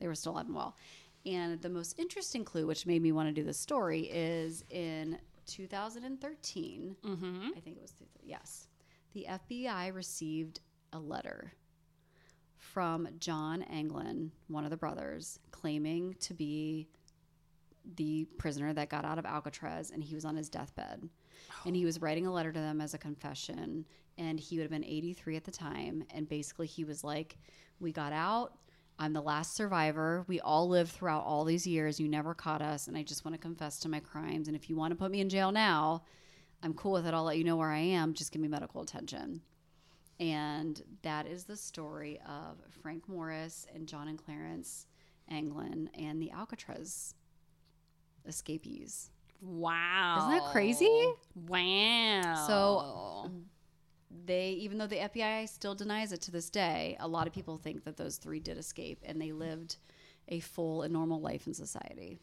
they were still alive and well." And the most interesting clue which made me want to do this story is in 2013. I think it was two- yes. The FBI received a letter from John Anglin, one of the brothers, claiming to be the prisoner that got out of Alcatraz and he was on his deathbed. And he was writing a letter to them as a confession. And he would have been 83 at the time. And basically, he was like, We got out. I'm the last survivor. We all lived throughout all these years. You never caught us. And I just want to confess to my crimes. And if you want to put me in jail now, I'm cool with it. I'll let you know where I am. Just give me medical attention. And that is the story of Frank Morris and John and Clarence Anglin and the Alcatraz escapees.
Wow.
Isn't that crazy?
Wow.
So- They, even though the FBI still denies it to this day, a lot of people think that those three did escape and they lived a full and normal life in society.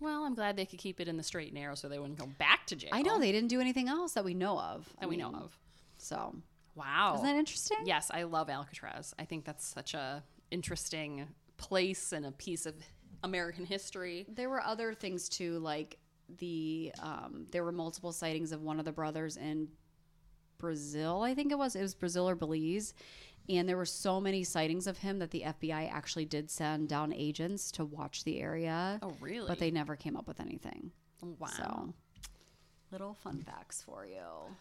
well, I'm glad they could keep it in the straight and narrow so they wouldn't go back to jail.
I know they didn't do anything else that we know of. I
that we know
mean,
of. Oh.
So,
Wow.
isn't that interesting?
yes, I love Alcatraz. I think that's such a interesting place and a piece of American history.
There were other things too, like the um, there were multiple sightings of one of the brothers in Brazil. I think it was it was Brazil or Belize, And there were so many sightings of him that the FBI actually did send down agents to watch the area.
Oh, really?
But they never came up with anything.
Wow.
So, little fun facts for you.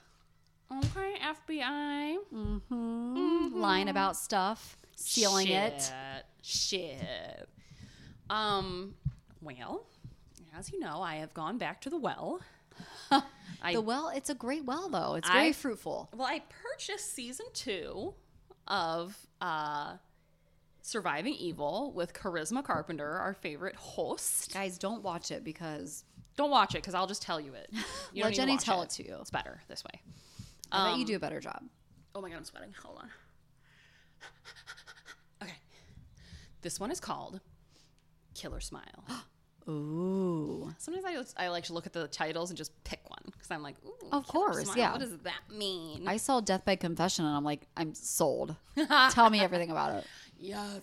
Okay, FBI.
Mm-hmm. Lying about stuff, stealing it.
Shit. Shit. Um, well, as you know, I have gone back to the well. I
The well, it's a great well though. It's very
I-
fruitful.
Well, I purchased season two of uh, Surviving Evil with Charisma Carpenter, our favorite host.
Guys, don't watch it because
Don't watch it because I'll just tell you [laughs] it. You
Let
don't need
Jenny
watch
tell it Um, to you.
It's better this way.
I bet you do a better job.
Oh my god, I'm sweating. Hold on. [laughs] okay. This one is called Killer [gasps] Smile.
Ooh.
Sometimes I, I like to look at the titles and just pick one because I'm like, ooh, Killer
course,
Smile,
yeah.
What does that mean?
I saw Death by Confession and I'm like, I'm [laughs] sold. Tell me everything about it.
Yes.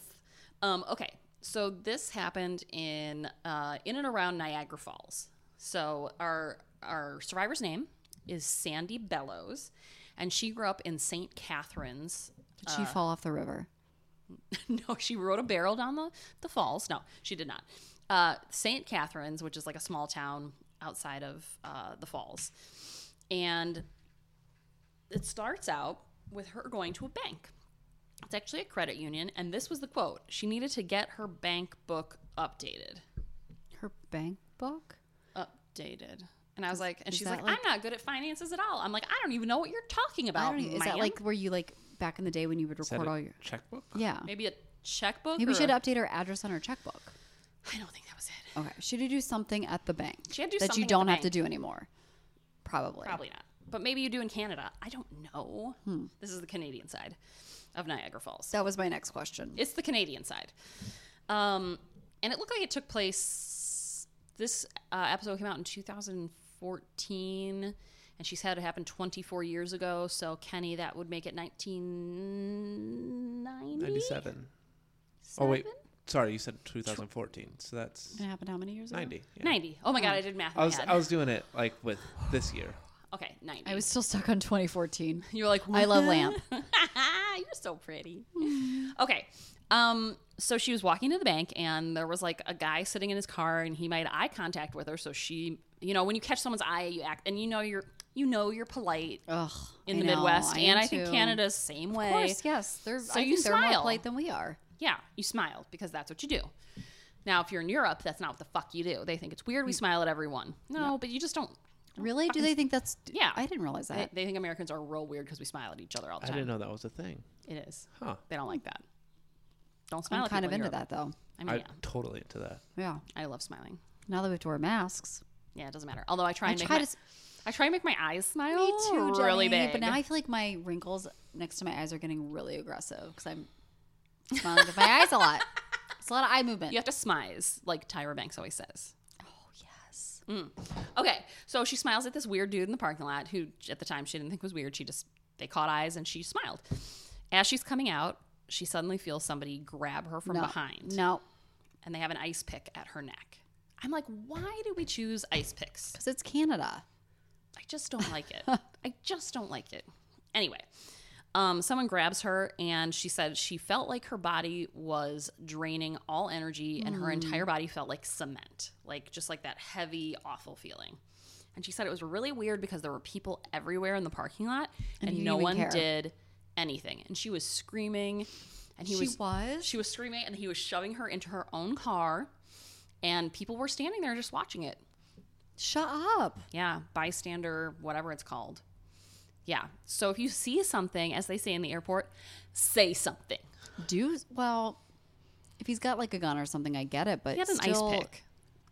Um, okay, so this happened in uh, in and around Niagara Falls. So our our survivor's name is Sandy Bellows, and she grew up in St. Catharines.
Did she fall off the river?
[laughs] no, she rode a barrel down the the falls. No, she did not. Uh, St. Catharines, which is like a small town outside of uh, the falls, and it starts out with her going to a bank. It's actually a credit union, and this was the quote. She needed to get her bank book updated.
Her bank book?
Updated. And I was like, and
is
she's
that
like,
like-
I'm not good at finances at all. I'm like, I e-" don't even know what you're talking
I
about.
don't even, is that
ma'am."
like where you like back in the day when you would
Is that
record
a
all your
checkbook?
Yeah. Maybe,
maybe a checkbook?
we
or
should
a-
update her address on her checkbook.
I don't think that was it.
Okay. Should you do something at the bank?
She had to do
that
something
you
at
don't
the
have to
bank.
do anymore. Probably.
Probably not. But maybe you do in Canada. I don't know.
Hmm.
This is the Canadian side of Niagara Falls.
That was my next question.
It's the Canadian side. Um, and it looked like it took place. This uh, episode came out in 2014, and she's had it happen 24 years ago. So, Kenny, that would make it 1990.
97. Oh, wait. Sorry, you said 2014. So that's
it happened how many years ago?
90. yeah.
90. Oh my
Hmm.
God, I did math in
I
my
was
head.
I was doing it like with this year.
okay, 90.
I was still stuck on [laughs] 2014.
You're like,
I love lamp.
[laughs] You're so pretty. okay. Um, so she was walking to the bank and there was like a guy sitting in his car and he made eye contact with her. So she, you know, when you catch someone's eye, you act and you know you're, you know, you're polite
Ugh.
in
Oh, I
the
know,
Midwest. and
am
I think
too.
Canada's same way.
Of course, yes. They're, I
you
think they're more
smile.
polite than we are.
Yeah, you smile because that's what you do. Now, if you're in Europe, that's not what the fuck you do. They think it's
Mm.
weird we smile at everyone. No, but you just don't.
Really? Do they think that's?
Yeah.
I didn't realize
They,
that.
they think Americans are real weird because we smile at each other all the
I
time.
didn't know that was a thing.
It is.
Huh.
They don't like that. Don't smile
I'm
at
kind of
people in
into
Europe.
that though.
I mean,
I'm
yeah.
totally into that.
Yeah.
I love smiling.
Now that we have to wear masks,
Yeah, it doesn't matter. Although I try
I
and make
try
my,
to s-
I try and make my eyes smile. really big.
But now I feel like my wrinkles next to my eyes are getting really aggressive because I'm smiling with my eyes
[laughs]
a lot. It's a lot of eye movement.
you have to smize, like Tyra Banks always says. Oh yes. Okay, so she smiles at this weird dude in the parking lot, who at the time she didn't think was weird. She just they caught eyes and she smiled. As she's coming out, she suddenly feels somebody grab her from
No.
behind,
No,
and they have an ice pick at her neck. I'm like, why do we choose ice picks?
because it's Canada.
I just don't like it. I just don't like it. Anyway, um, someone grabs her and she said she felt like her body was draining all energy and
Hmm.
her entire body felt like cement, like just like that heavy, awful feeling. And she said it was really weird because there were people everywhere in the parking lot and,
you didn't
no
even
one
care.
did anything. And she was screaming and he
She
was
was?
she was screaming and he was shoving her into her own car and people were standing there just watching it.
Shut up.
Yeah, bystander, whatever it's called. Yeah. So if you see something, as they say in the airport, say something.
Do well. If he's got like a gun or something, I get it. But
He had an
still,
ice pick.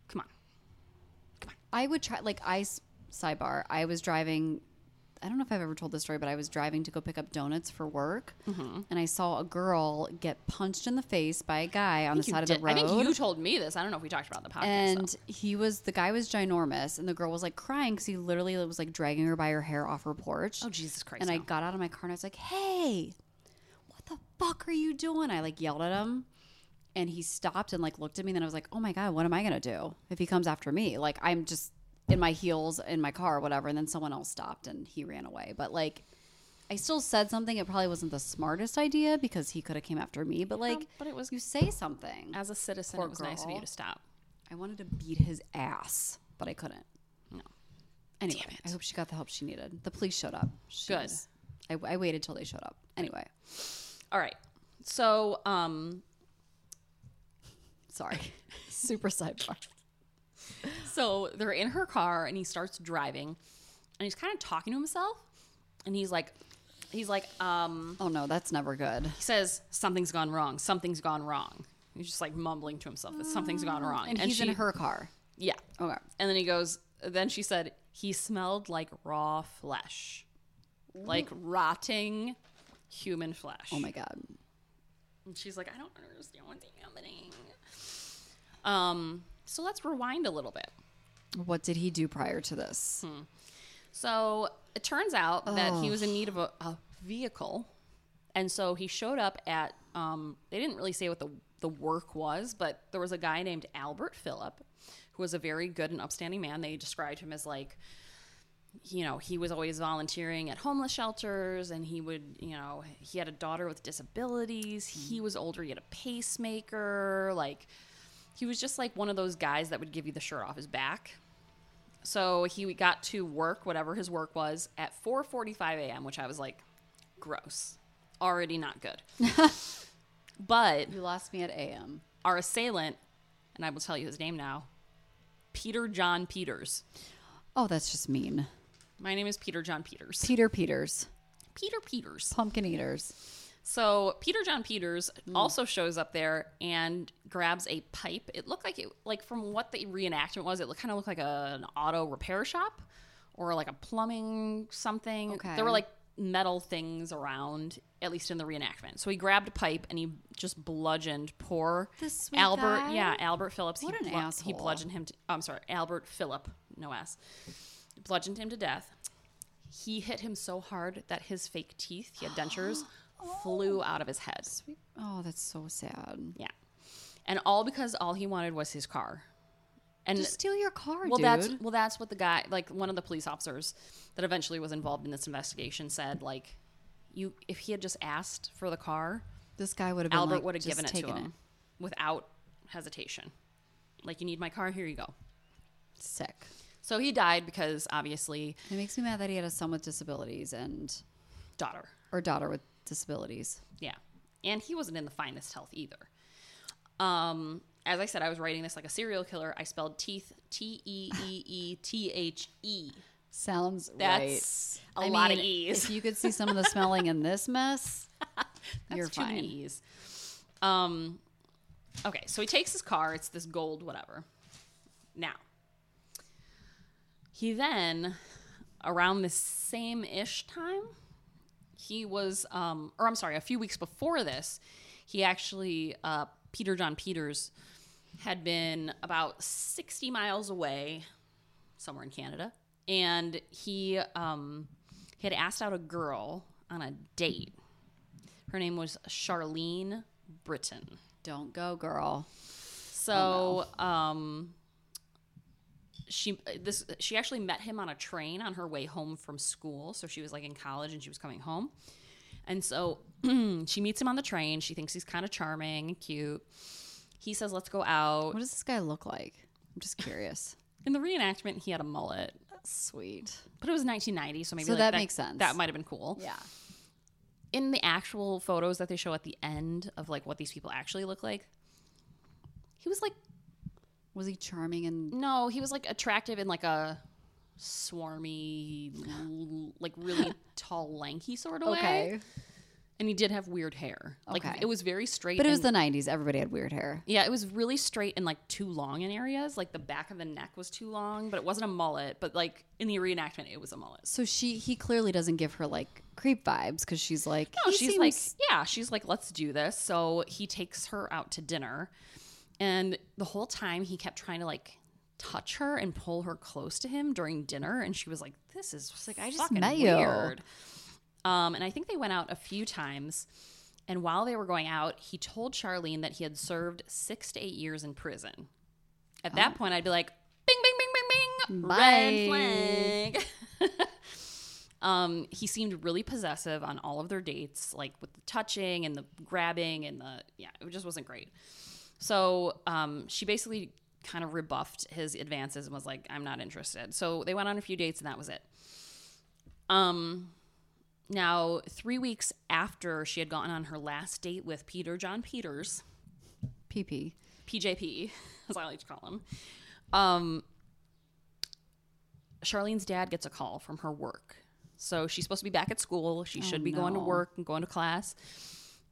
Come on.
I would try like I s- sidebar. I was driving. I don't know if I've ever told this story, but I was driving to go pick up donuts for work,
Mm-hmm.
and I saw a girl get punched in the face by a guy on the
You
side of
did-
the road.
I think you told me this. I don't know if we talked about it on the podcast.
and
though.
he was the guy was ginormous, and the girl was like crying because he literally was like dragging her by her hair off her porch.
oh Jesus Christ!
and I
no.
got out of my car and I was like, "Hey, what the fuck are you doing?" I like yelled at him, and he stopped and like looked at me. And then I was like, "Oh my god, what am I gonna do if he comes after me?" Like I'm just in my heels in my car, whatever. And then someone else stopped and he ran away. But like, I still said something. It probably wasn't the smartest idea because he could have came after me. But like,
but it was-
you say something.
As a citizen,
Poor
it was nice of you
girl.
to stop.
I wanted to beat his ass, but I couldn't.
No.
Anyway,
Damn it.
I hope she got the help she needed. The police showed up. She
Good.
was- I, I waited till they showed up. Anyway,
All right. So, um,
sorry. Super sidebar.
so they're in her car and he starts driving and he's kind of talking to himself and he's like, he's like, um,
[laughs] Oh no, that's never good.
he says, something's gone wrong. Something's gone wrong. He's just like mumbling to himself that something's gone wrong.
And, he's
she,
in her car.
yeah.
Okay.
And then he goes, then she said, he smelled like raw flesh, like rotting human flesh.
Oh my god.
And she's like, I don't understand what's happening. Um, so let's rewind a little bit.
What did he do prior to this?
Hmm. So it turns out that he was in need of a, a vehicle, and so he showed up at. Um, they didn't really say what the the work was, but there was a guy named Albert Phillip, who was a very good and upstanding man. They described him as like, you know, he was always volunteering at homeless shelters, and he would, you know, he had a daughter with disabilities. He was older. He had a pacemaker. Like, he was just like one of those guys that would give you the shirt off his back. So he got to work, whatever his work was, at 4:45 a.m., which I was like, gross, already not good. but
You lost me at AM.
our assailant, and I will tell you his name now, Peter John Peters.
Oh, that's just mean.
My name is Peter John Peters.
Peter Peters,
Peter Peters.
pumpkin eaters.
So Peter John Peters
Mm.
also shows up there and grabs a pipe. It looked like it, like from what the reenactment was, it kind of looked like a, an auto repair shop or like a plumbing something.
Okay.
There were like metal things around, at least in the reenactment. So he grabbed a pipe and he just bludgeoned poor
The sweet
Albert.
guy?
Yeah, Albert Phillips.
What
he
an
He
asshole.
bludgeoned him. To, oh, I'm sorry, Albert Phillip, no S. Bludgeoned him to death. He hit him so hard that his fake teeth, he had
[gasps]
dentures, flew out of his head.
Oh, that's so sad.
Yeah. And all because all he wanted was his car. And
Just steal your car,
well
dude.
that's well that's what the guy like one of the police officers that eventually was involved in this investigation said like you if he had just asked for the car,
this guy would have been
Albert
like,
would have
just
given it to
taken
him without hesitation. Like you need my car, here you go.
Sick.
So he died because obviously
It makes me mad that he had a son with disabilities and
daughter.
or daughter with disabilities.
Yeah. And he wasn't in the finest health either. Um, as I said, I was writing this like a serial killer. I spelled teeth T E E E T H E.
Sounds
That's
right.
a lot of E's.
If you could see some of the smelling in this mess,
[laughs] That's
you're
too
fine.
many E's. Um, okay, so he takes his car. It's this gold whatever. Now, he then, around the same ish time, he was, um, or I'm sorry, a few weeks before this, he actually, uh, Peter John Peters had been about 60 miles away, somewhere in Canada, and he, um, he had asked out a girl on a date. Her name was Charlene Britton.
Don't go, girl. Oh,
So, um, she this she actually met him on a train on her way home from school. So she was like in college and she was coming home, and so [clears throat] she meets him on the train. She thinks he's kind of charming and cute. He says, "Let's go out."
What does this guy look like? I'm just curious.
In the reenactment, he had a mullet,
Sweet.
but it was 1990, so maybe
So
like,
that makes sense.
That might have been cool.
Yeah.
in the actual photos that they show at the end of like what these people actually look like he was like
Was he charming and
no he was like attractive in like a swarmy l- like
[laughs]
really tall lanky sort of way
okay?
and he did have weird hair like
Okay.
it was very straight
But it was
and-
the '90s. Everybody had weird hair.
yeah it was really straight and like too long in areas like the back of the neck was too long but it wasn't a mullet but like in the reenactment it was a mullet
So she, he clearly doesn't give her like creep vibes because she's like,
No,
he
she's
seems-
like, yeah, she's like, let's do this. So he takes her out to dinner, and the whole time he kept trying to like touch her and pull her close to him during dinner, and she was like, "This is like I
just
just
met
met
you."
weird. Um, and I think they went out a few times, and while they were going out, he told Charlene that he had served six to eight years in prison. At that point, I'd be like, "Bing, bing, bing, bing, bing,
Bye.
red flag." [laughs] Um, he seemed really possessive on all of their dates, like with the touching and the grabbing and the yeah, it just wasn't great. So um, she basically kind of rebuffed his advances and was like, "I'm not interested." So they went on a few dates and that was it. Um, now three weeks after she had gone on her last date with Peter John Peters,
PP.
PJP, [laughs] as I like to call him, um, Charlene's dad gets a call from her work. So she's supposed to be back at school. She should be going to
Oh, no.
work and going to class.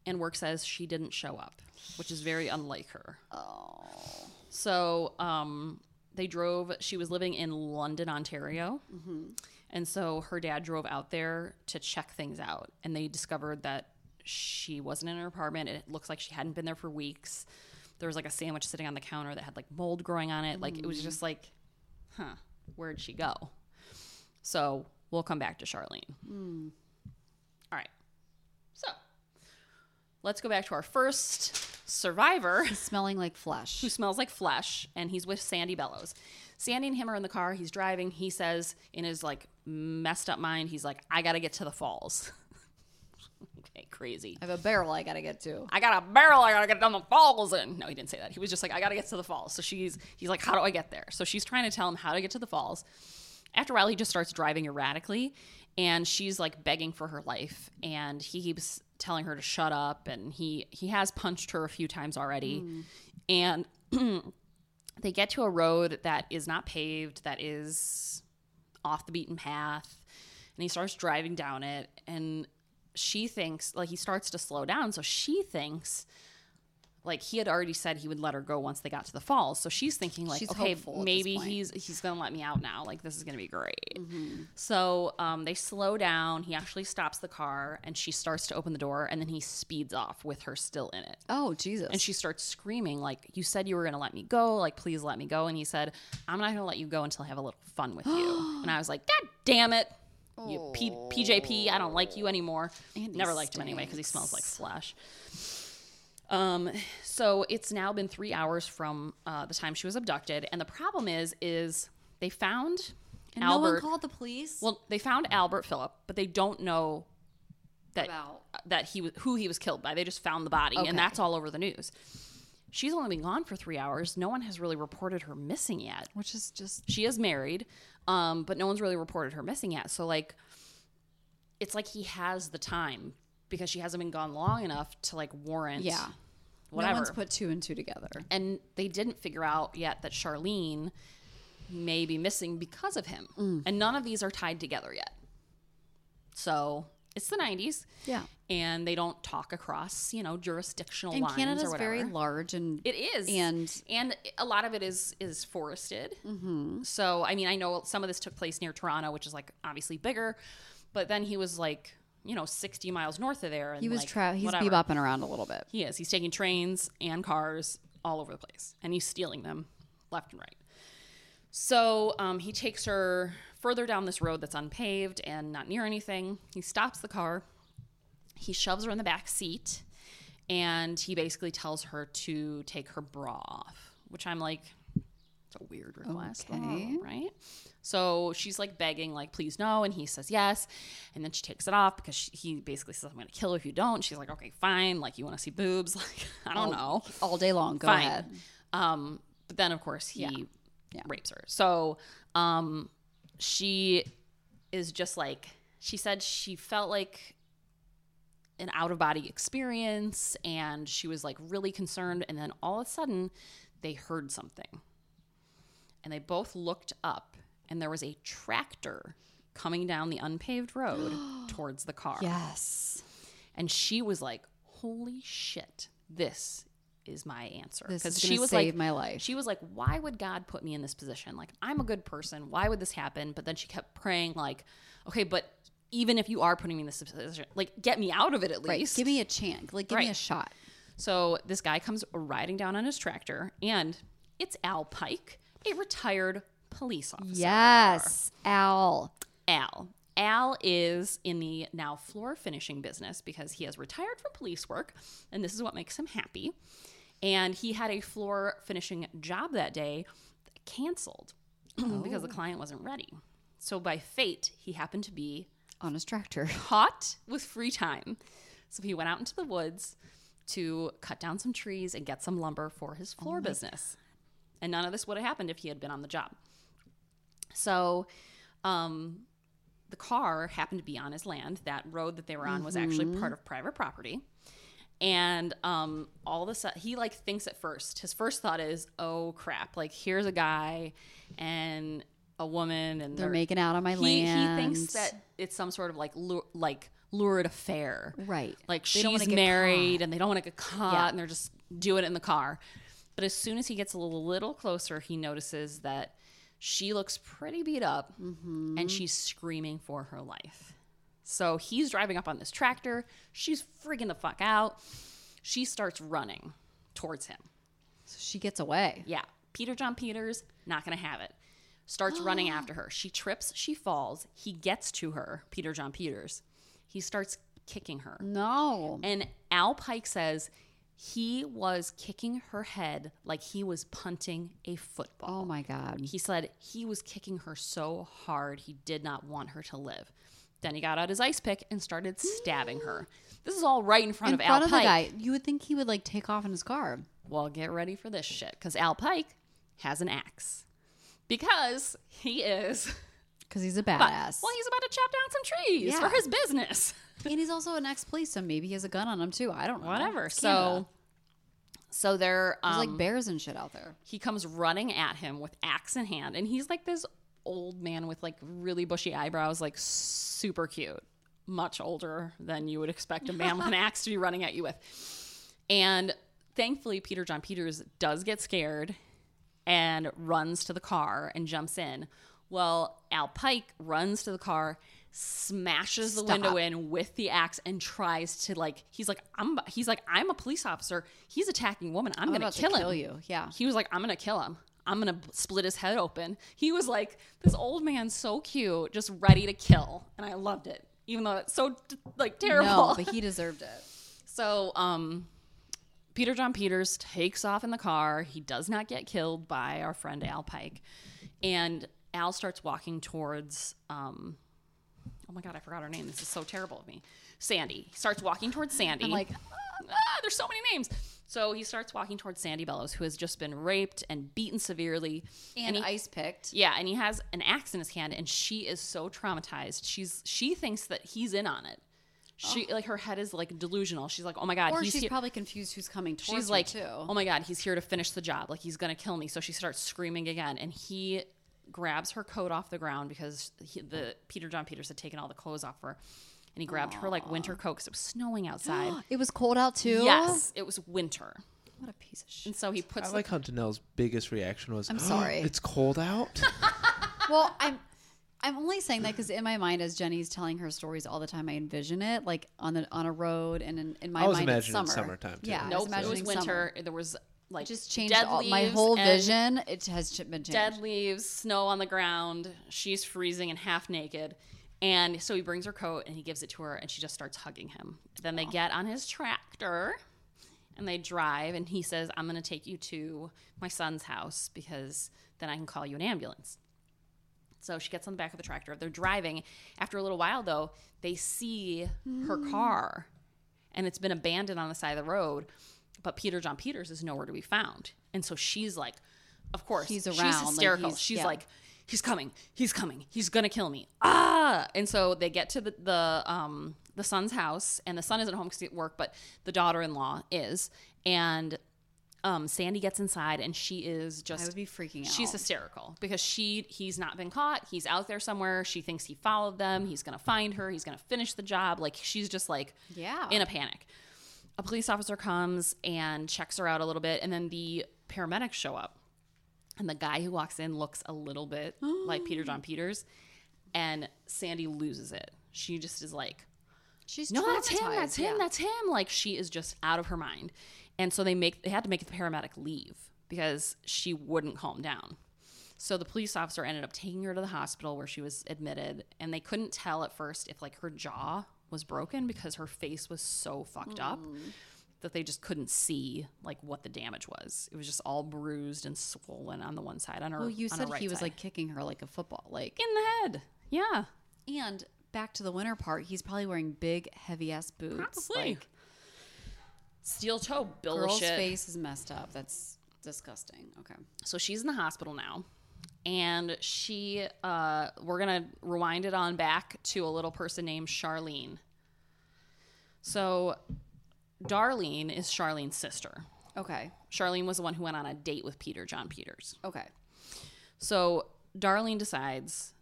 And work says she didn't show up, which is very unlike her.
Oh.
So um, they drove, she was living in London, Ontario. And so her dad drove out there to check things out. And they discovered that she wasn't in her apartment. It looks like she hadn't been there for weeks. There was like a sandwich sitting on the counter that had like mold growing on it. Like it was just like, huh, where'd she go? So we'll come back to Charlene. All right. So let's go back to our first survivor
Smelling like flesh.
who smells like flesh, and he's with Sandy Bellows. Sandy and him are in the car. He's driving. He says, in his like messed up mind, he's like, "I gotta get to the falls." [laughs] okay, crazy.
I have a barrel I gotta get to.
I got a barrel. I gotta get down the falls. And no, he didn't say that. He was just like, I gotta get to the falls. So she's he's like, how do I get there? So she's trying to tell him how to get to the falls. After a while, he just starts driving erratically, and she's like begging for her life, and he keeps telling her to shut up. And he he has punched her a few times already, and they get to a road that is not paved, that is off the beaten path, and he starts driving down it. And she thinks, like, he starts to slow down. So she thinks, like, he had already said he would let her go once they got to the falls. So she's thinking, like,
She's
okay,
hopeful at this
maybe
point. Mm-hmm.
he's he's gonna let me out now. Like, this is gonna be great. So um, they slow down. He actually stops the car, and she starts to open the door, and then he speeds off with her still in it.
Oh Jesus.
And she starts screaming, like, You said you were going to let me go. Like, please let me go. And he said, I'm not going to let you go until I have a little fun with you.
[gasps]
and I was like, God damn it. You P- PJP, I don't like you anymore.
And he
Never liked him anyway because he smells like flesh. Um, so it's now been three hours from uh, the time she was abducted, and the problem is, is they found
and
Albert.
no one called the police.
well, they found Albert Phillip, but they don't know that
about
that he was who he was killed by. They just found the body,
Okay.
and that's all over the news. She's only been gone for three hours. No one has really reported her missing yet.
which is just
She is married, um, but no one's really reported her missing yet. So like, it's like he has the time because she hasn't been gone long enough to like warrant.
yeah.
whatever.
No one's put two and two together.
and they didn't figure out yet that Charlene may be missing because of him,
Mm.
and none of these are tied together yet. So it's the '90s
Yeah.
and they don't talk across you know jurisdictional
And
lines or
Canada's
whatever.
very large and
it is
and-
and a lot of it is is forested mm-hmm. so i mean i know some of this took place near toronto which is like obviously bigger but then he was like you know 60 miles north of there and
he was
like,
tra- he's
whatever.
bebopping around a little bit.
He is. He's taking trains and cars all over the place, and he's stealing them left and right. So um, he takes her further down this road that's unpaved and not near anything. He stops the car. He shoves her in the back seat, and he basically tells her to take her bra off, which I'm like, it's a weird request,
Okay.
right? So she's like begging, like, please no. And he says yes. And then she takes it off because she, he basically says, I'm going to kill her if you don't. She's like, okay, fine. Like, you want to see boobs? [laughs] Like, I
Oh,
don't know.
All day long. Go
Oh, Fine.
ahead.
Um, but then, of course, he
Yeah.
rapes her. So um, she is just like, she said she felt like an out of body experience and she was like really concerned. And then all of a sudden, they heard something. And they both looked up, and there was a tractor coming down the unpaved
[gasps]
road towards the car.
Yes.
And she was like, "Holy shit, this is my answer."
This is
Because
gonna
she was
save
like,
my life.
She was like, "Why would God put me in this position? Like, I'm a good person. Why would this happen?" But then she kept praying, like, "Okay, but even if you are putting me in this position, like, get me out of it at
Right.
least."
Give me a chance. Like give me a
Right.
shot.
So this guy comes riding down on his tractor, and it's Al Pike, a retired police officer.
Yes. Al.
Al. Al is in the now floor finishing business because he has retired from police work and this is what makes him happy. And he had a floor finishing job that day that [clears throat] canceled because the client wasn't ready. So by fate, he happened to be
on his tractor. [laughs]
caught with free time. So he went out into the woods to cut down some trees and get some lumber for his floor
Oh
business. And none of this would have happened if he had been on the job. So um, the car happened to be on his land. That road that they were on was
Mm-hmm.
actually part of private property. And um, all of a sudden, he like thinks at first, his first thought is, oh crap, like here's a guy and a woman and
They're
they're-
making out on my
he, he
land.
thinks that it's some sort of like lu- like lurid affair.
Right.
Like
They don't wanna
she's
get
married and they don't want to get caught
Yeah.
and they're just doing it in the car. But as soon as he gets a little, little closer, he notices that she looks pretty beat up
Mm-hmm.
and she's screaming for her life. So he's driving up on this tractor. She's freaking the fuck out. She starts running towards him.
So she gets away.
Yeah. Peter John Peters, not going to have it. Starts
[gasps]
running after her. She trips, she falls. He gets to her, Peter John Peters. He starts kicking her.
No.
And Al Pike says he was kicking her head like he was punting a football.
oh my God.
He said he was kicking her so hard he did not want her to live. Then he got out his ice pick and started stabbing
[gasps]
her. This is all right in front
In
of
front
Al
of the
Pike.
guy, you would think he would like take off in his car.
Well, get ready for this shit because Al Pike has an axe because he is.
Because he's a
But,
badass.
well, he's about to chop down some trees
Yeah.
for his business.
and he's also an ex-police, so maybe he has a gun on him too. I don't know.
Whatever.
It's
So,
Canada.
so they're
there's
um,
like bears and shit out there.
he comes running at him with axe in hand, and he's like this old man with like really bushy eyebrows, like super cute, much older than you would expect a man with
[laughs]
an axe to be running at you with. And thankfully, Peter John Peters does get scared and runs to the car and jumps in. Well, Al Pike runs to the car, smashes the
Stop.
window in with the axe, and tries to like he's like I'm he's like I'm a police officer. He's attacking a woman. I'm, gonna
about to
kill him.
kill you. Yeah.
He was like I'm gonna kill him. I'm gonna b- split his head open. He was like this old man, so cute, just ready to kill, and I loved it. Even though it's so d- like terrible.
No, but he deserved it.
So, um, Peter John Peters takes off in the car. He does not get killed by our friend Al Pike, and Al starts walking towards. Um, oh my god, I forgot her name. This is so terrible of me. Sandy he starts walking towards Sandy.
like,
ah, there's so many names. So he starts walking towards Sandy Bellows, who has just been raped and beaten severely,
[laughs] And,
he-
ice picked.
yeah, and he has an axe in his hand, and she is so traumatized. She's she thinks that he's in on it. She like her head is like delusional. She's like, oh my god,
Oh. Or
he's
she's
here.
probably confused who's coming towards
she's like,
her too.
oh my god, he's here to finish the job. Like he's gonna kill me. So she starts screaming again, and he grabs her coat off the ground because he, the Peter John Peters had taken all the clothes off her, and he grabbed her like winter coat because it was snowing outside.
[gasps] it was cold out too.
yes, it was winter,
What a piece of shit.
and so he
I
puts the
like how Danelle's biggest reaction was, "Oh,
I'm sorry.
It's cold out.
well, I'm. I'm only saying that because in my mind, as Jenny's telling her stories all the time, I envision it like on the on a road, and in, in my
I was
mind, it's
imagining
summer.
summertime, too.
Yeah, I
nope.
was
It was
imagining
winter.
summer.
There was like
It just changed
dead
all, my
leaves
whole
and-
vision. It has ch- been changed.
dead leaves, snow on the ground. She's freezing and half naked. And so he brings her coat and he gives it to her, and she just starts hugging him. Then they get on his tractor and they drive, and he says, I'm going to take you to my son's house because then I can call you an ambulance. So she gets on the back of the tractor. They're driving. After a little while, though, they see her
Mm.
car and it's been abandoned on the side of the road. But Peter John Peters is nowhere to be found. And so she's like, of course,
He's around,
She's
like,
hysterical.
he's-
she's
yeah.
like, he's coming. He's coming. He's going to kill me. Ah. And so they get to the, the, um, the son's house, and the son isn't home because he's at work, but the daughter in law is. And um, Sandy gets inside, and she is just
I would be freaking out.
She's hysterical because she he's not been caught. He's out there somewhere. She thinks he followed them. He's gonna find her. He's gonna finish the job. Like she's just like
Yeah.
in a panic. A police officer comes and checks her out a little bit, and then the paramedics show up. And the guy who walks in looks a little bit like Peter
[gasps]
John Peters, and Sandy loses it. She just is like,
She's
no, that's him.
traumatized,
That's him.
yeah.
That's him. Like she is just out of her mind, and so they make they had to make the paramedic leave because she wouldn't calm down. So the police officer ended up taking her to the hospital where she was admitted, and they couldn't tell at first if like her jaw was broken because her face was so fucked up
Mm.
that they just couldn't see like what the damage was. It was just all bruised and swollen on the one side on her.
Well, you
on her
said
right
he was
side.
like kicking her like a football, like
in the head. Yeah.
and back to the winter part, he's probably wearing big, heavy ass boots.
Probably.
Like,
Steel toe, bill of
girl's
shit.
face is messed up. That's disgusting. Okay.
So she's in the hospital now. And she, uh, we're going to rewind it on back to a little person named Charlene. So Darlene is Charlene's sister.
Okay.
Charlene was the one who went on a date with Peter, John Peters.
Okay.
So Darlene decides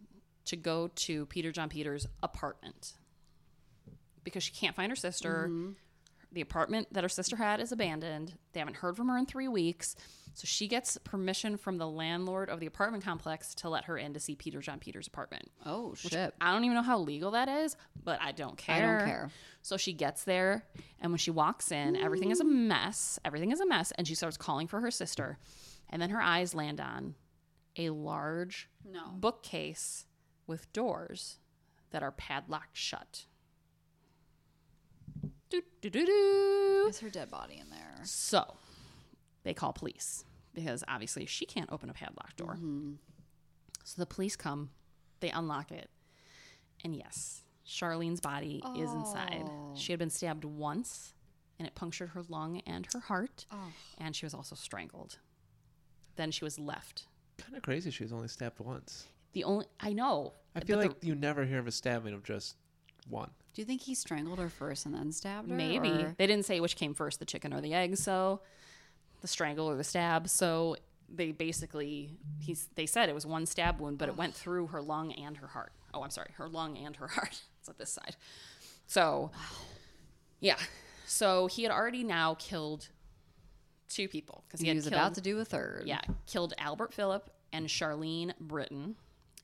to go to Peter John Peters' apartment because she can't find her sister. The apartment that her sister had is abandoned. They haven't heard from her in three weeks. So she gets permission from the landlord of the apartment complex to let her in to see Peter John Peters' apartment.
Oh shit.
I don't even know how legal that is, but I don't
I
care.
don't care.
So she gets there, and when she walks in, everything is a mess. Everything is a mess, and she starts calling for her sister. And then her eyes land on a large
No.
bookcase with doors that are padlocked shut. Doo, doo, doo, doo.
Is her dead body in there?
So they call police because obviously she can't open a padlocked door. So the police come, they unlock it, and yes, Charlene's body is inside. She had been stabbed once, and it punctured her lung and her heart, and she was also strangled. Then she was left.
Kind of crazy. She was only stabbed once.
The only I know.
I feel like you never hear of a stabbing of just one.
Do you think he strangled her first and then stabbed her?
Maybe
or-
they didn't say which came first, the chicken or the egg. So the strangle or the stab. So they basically he's they said it was one stab wound, but it went through her lung and her heart. Oh, I'm sorry, her lung and her [laughs] heart. It's at this side. So yeah, so he had already now killed two people because he,
He
had
was
killed,
about to do a third.
yeah killed Albert Phillip and Charlene Britton,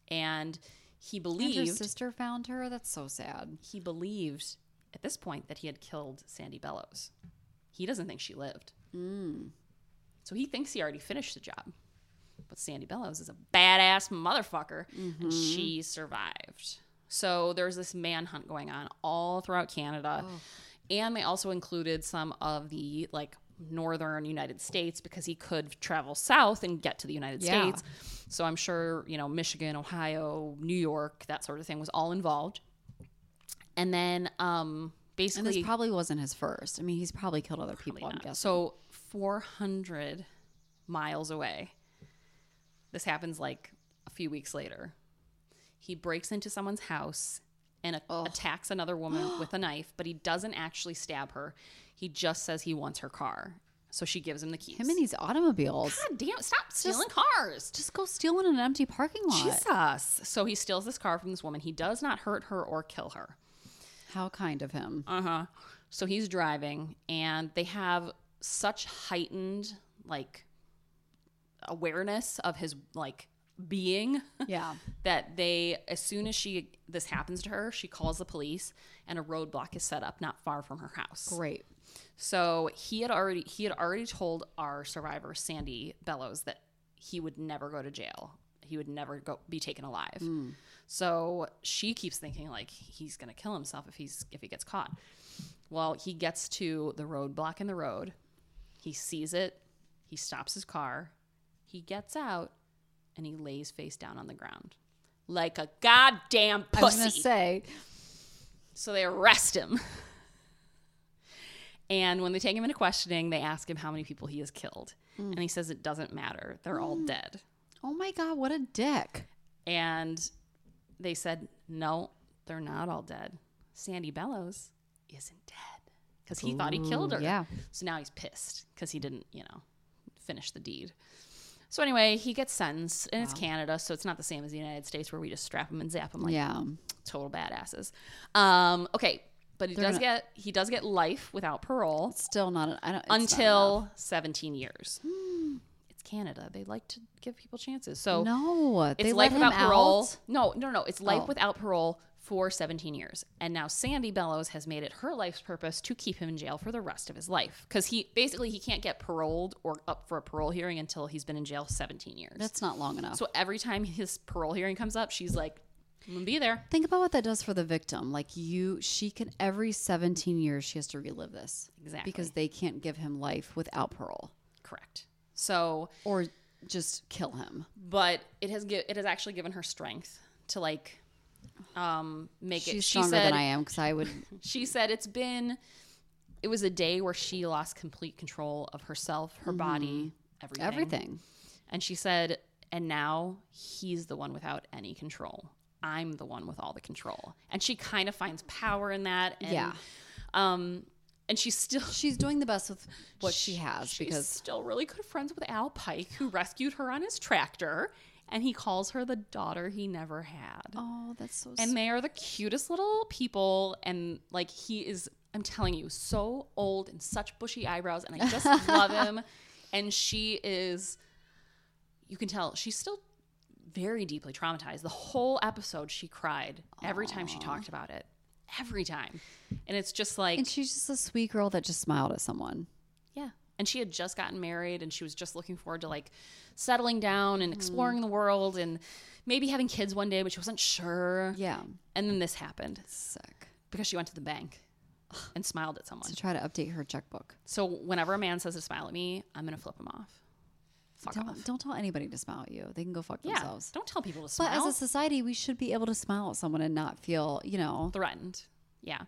and he
And her
believed
sister found her. That's so sad.
he believed at this point that he had killed Sandy Bellows. He doesn't think she lived. So he thinks he already finished the job. But Sandy Bellows is a badass motherfucker and she survived. So there's this manhunt going on all throughout Canada. And they also included some of the like northern United States because he could travel south and get to the United
Yeah.
States. So I'm sure, you know, Michigan, Ohio, New York, that sort of thing was all involved. And then um
And this
basically
probably wasn't his first. I mean, he's probably killed other people. I'm
not.
guessing.
So 400 miles away. This happens like a few weeks later. He breaks into someone's house and a- attacks another
[gasps]
woman with a knife, but he doesn't actually stab her. He just says he wants her car. So she gives him the keys.
Him and these automobiles.
God damn, stop stealing cars.
Just go steal in an empty parking lot.
Jesus. So he steals this car from this woman. He does not hurt her or kill her.
How kind of him.
Uh huh. So he's driving, and they have such heightened like awareness of his like being
yeah.
[laughs] that they, as soon as she this happens to her, she calls the police, and a roadblock is set up not far from her house.
Great.
So he had already he had already told our survivor Sandy Bellows that he would never go to jail. He would never go be taken alive.
Hmm.
So she keeps thinking like he's gonna kill himself if he's if he gets caught. Well, he gets to the roadblock in the road. He sees it. He stops his car. He gets out and he lays face down on the ground like a goddamn
I was gonna
pussy.
say.
So they arrest him. [laughs] And when they take him into questioning, they ask him how many people he has killed. And he says it doesn't matter. They're all dead.
Oh my god, what a dick.
And they said, no, they're not all dead. Sandy Bellows isn't dead because he thought he killed her.
yeah.
So now he's pissed because he didn't, you know, finish the deed. So anyway, he gets sentenced, and it's Canada, so it's not the same as the United States where we just strap him and zap him like
yeah.
total badasses. Um, okay, but he does
gonna-
get he does get life without parole
Still not. I don't. it's not enough.
until 17 years. [gasps] it's Canada; they like to give people chances. So
no,
it's
they
life
let him
without parole.
out.
No, no, no, it's life
Oh.
without parole for 17 years. And now Sandy Bellows has made it her life's purpose to keep him in jail for the rest of his life because he basically he can't get paroled or up for a parole hearing until he's been in jail 17 years.
That's not long enough.
so every time his parole hearing comes up, she's like, "I'm gonna be there."
Think about what that does for the victim. Like you, she can every 17 years she has to relive this
Exactly.
because they can't give him life without parole
Correct. So,
or just kill him.
but it has gi- it has actually given her strength to like Um, make it.
She's
She
stronger
said.
than I am because
[laughs]
I would.
She said it's been. It was a day where she lost complete control of herself, her body, everything.
Mm-hmm. everything.
And she said, and now he's the one without any control. I'm the one with all the control. And she kind of finds power in that. And,
Yeah.
Um, and she's still
She's doing the best with what she has
she's
because
still really good friends with Al Pike, who rescued her on his tractor, and he calls her the daughter he never had.
oh, that's so.
And they are the cutest little people, and like he is, I'm telling you, so old and such bushy eyebrows, and I
[laughs]
just love him. And she is, you can tell she's still very deeply traumatized. The whole episode, she cried every time she talked about it, every time, and it's just like
and she's just a sweet girl that just smiled at someone.
yeah. And she had just gotten married and she was just looking forward to like settling down
Mm.
and exploring the world and maybe having kids one day, but she wasn't sure.
Yeah,
And then this happened
sick.
because she went to the bank and smiled at someone.
To try to update her checkbook.
So whenever a man says to smile at me, I'm going to flip him off. Fuck off.
Don't, don't tell anybody to smile at you. They can go fuck
Yeah.
themselves.
Don't tell people to
But
smile.
as a society, we should be able to smile at someone and not feel, you know,
threatened. Yeah.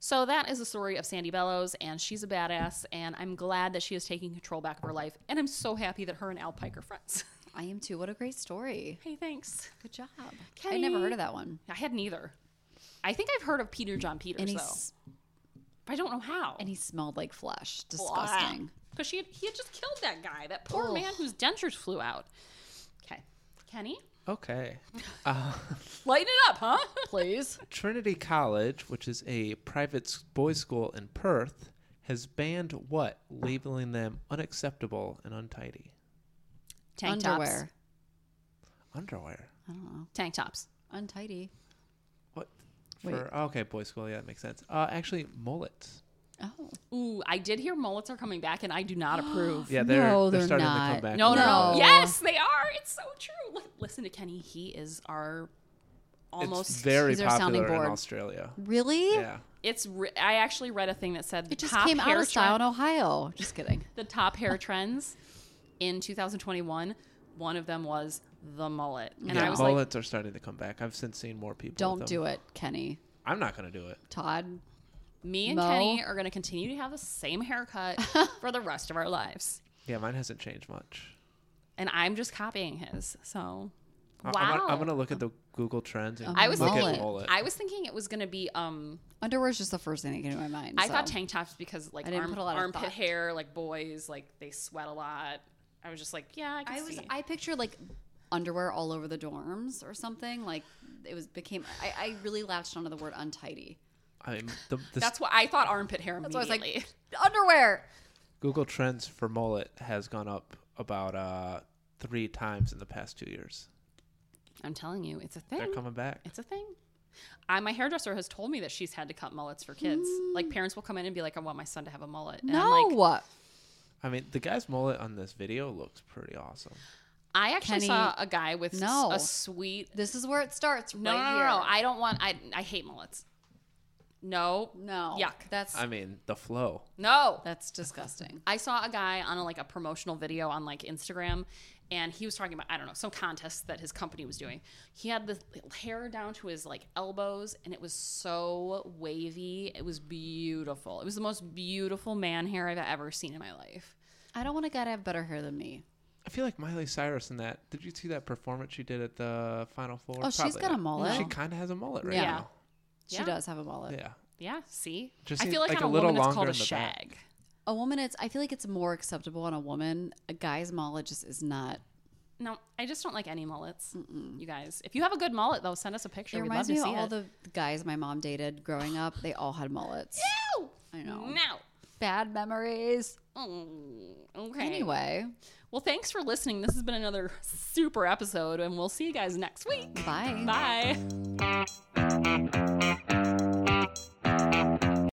So that is the story of Sandy Bellows, and she's a badass, and I'm glad that she is taking control back of her life, and I'm so happy that her and Al Pike are friends. [laughs]
I am too. What a great story.
hey, thanks.
Good job. I
Kenny.
never heard of that one.
I had neither. I think I've heard of Peter John Peters
And he,
though.
s-
But I don't know how.
and he smelled like flesh. Disgusting.
Because she had, he had just killed that guy, that poor man whose dentures flew out. Okay, Kenny,
Okay. Uh,
lighten it up, huh? [laughs]
Please.
[laughs] Trinity College, which is a private s- boys' school in Perth, has banned what, labeling them unacceptable and untidy?
Tank
Underwear.
tops.
Underwear.
I don't know.
Tank tops.
Untidy.
What?
Wait.
For, okay, boys' school. Yeah, that makes sense. Uh, actually, mullets.
Oh.
Ooh, I did hear mullets are coming back, and I do
[gasps]
not approve.
Yeah, they're,
No,
they're,
they're
starting
not.
to come back.
No, no, no,
No.
Yes, they are. It's so true. Li- Listen to Kenny. He is our almost.
It's very
He's our sounding
popular in
board.
Australia.
Really?
Yeah.
it's re- I actually read a thing that said the
It just
top
came out
hair
of style
trend-
in Ohio. Just kidding.
the top hair trends in 2021. One of them was the mullet, and
yeah,
I was like,
mullets are starting to come back. I've since seen more people.
Don't do it, Kenny.
I'm not going to do it.
Todd.
me and
Mo.
Kenny are going to continue to have the same
[laughs]
haircut for the rest of our lives,
Yeah, mine hasn't changed much.
and I'm just copying his. So,
I-
wow.
I'm gonna- I'm, going to look at the Google Trends and
I
was
look
mullet.
at mullet.
I was thinking it was going to be. Um,
Underwear is just the first thing that came to my mind.
I
so.
thought tank tops because like
I didn't
arm,
put a lot of
armpit
thought.
hair, like boys, like they sweat a lot. I was just like, yeah, I can
I
see.
was I pictured like underwear all over the dorms or something. Like it was became I, I really latched onto the word untidy.
I mean, the, the
That's what I thought. Armpit hair.
That's why I was
immediately.
like underwear.
Google Trends for mullet has gone up about uh, three times in the past two years.
I'm telling you, it's a thing.
They're coming back.
It's a thing. I, my hairdresser has told me that she's had to cut mullets for kids. Like parents will come in and be like, "I want my son to have a mullet." And
Mm. No.
I'm like,
I mean, the guy's mullet on this video looks pretty awesome.
I actually
Kenny,
saw a guy with s-
no.
a sweet.
this is where it starts.
No,
right
no, no,
here.
no, I don't want. I I hate mullets. No,
No.
Yuck.
That's
I mean, the flow.
no.
that's disgusting.
I saw a guy on a, like a promotional video on like Instagram, and he was talking about I don't know some contest that his company was doing. He had the hair down to his like elbows, and it was so wavy. It was beautiful. It was the most beautiful man hair I've ever seen in my life.
I don't want a guy to have better hair than me.
I feel like Miley Cyrus in that. Did you see that performance she did at the Final Four?
Oh, she's
Probably
got a
not.
mullet.
She kind of has a mullet right
Yeah.
now.
She
Yeah.
does have a mullet.
Yeah.
Yeah, see,
Just
I
seems
feel like,
like
on
a
a,
little
woman it's called
longer
a
in the back.
shag.
A woman, it's I feel like it's more acceptable on a woman. A guy's mullet just is not.
No, I just don't like any mullets. You guys, if you have a good mullet though, send us a picture.
It
We'd
reminds
love
me
to
of
see
all
it.
the guys my mom dated growing up. They all had mullets.
Ew!
I know.
No.
[laughs] Bad memories.
Oh, okay.
Anyway,
Well, thanks for listening. This has been another super episode, and we'll see you guys next week.
bye.
Bye.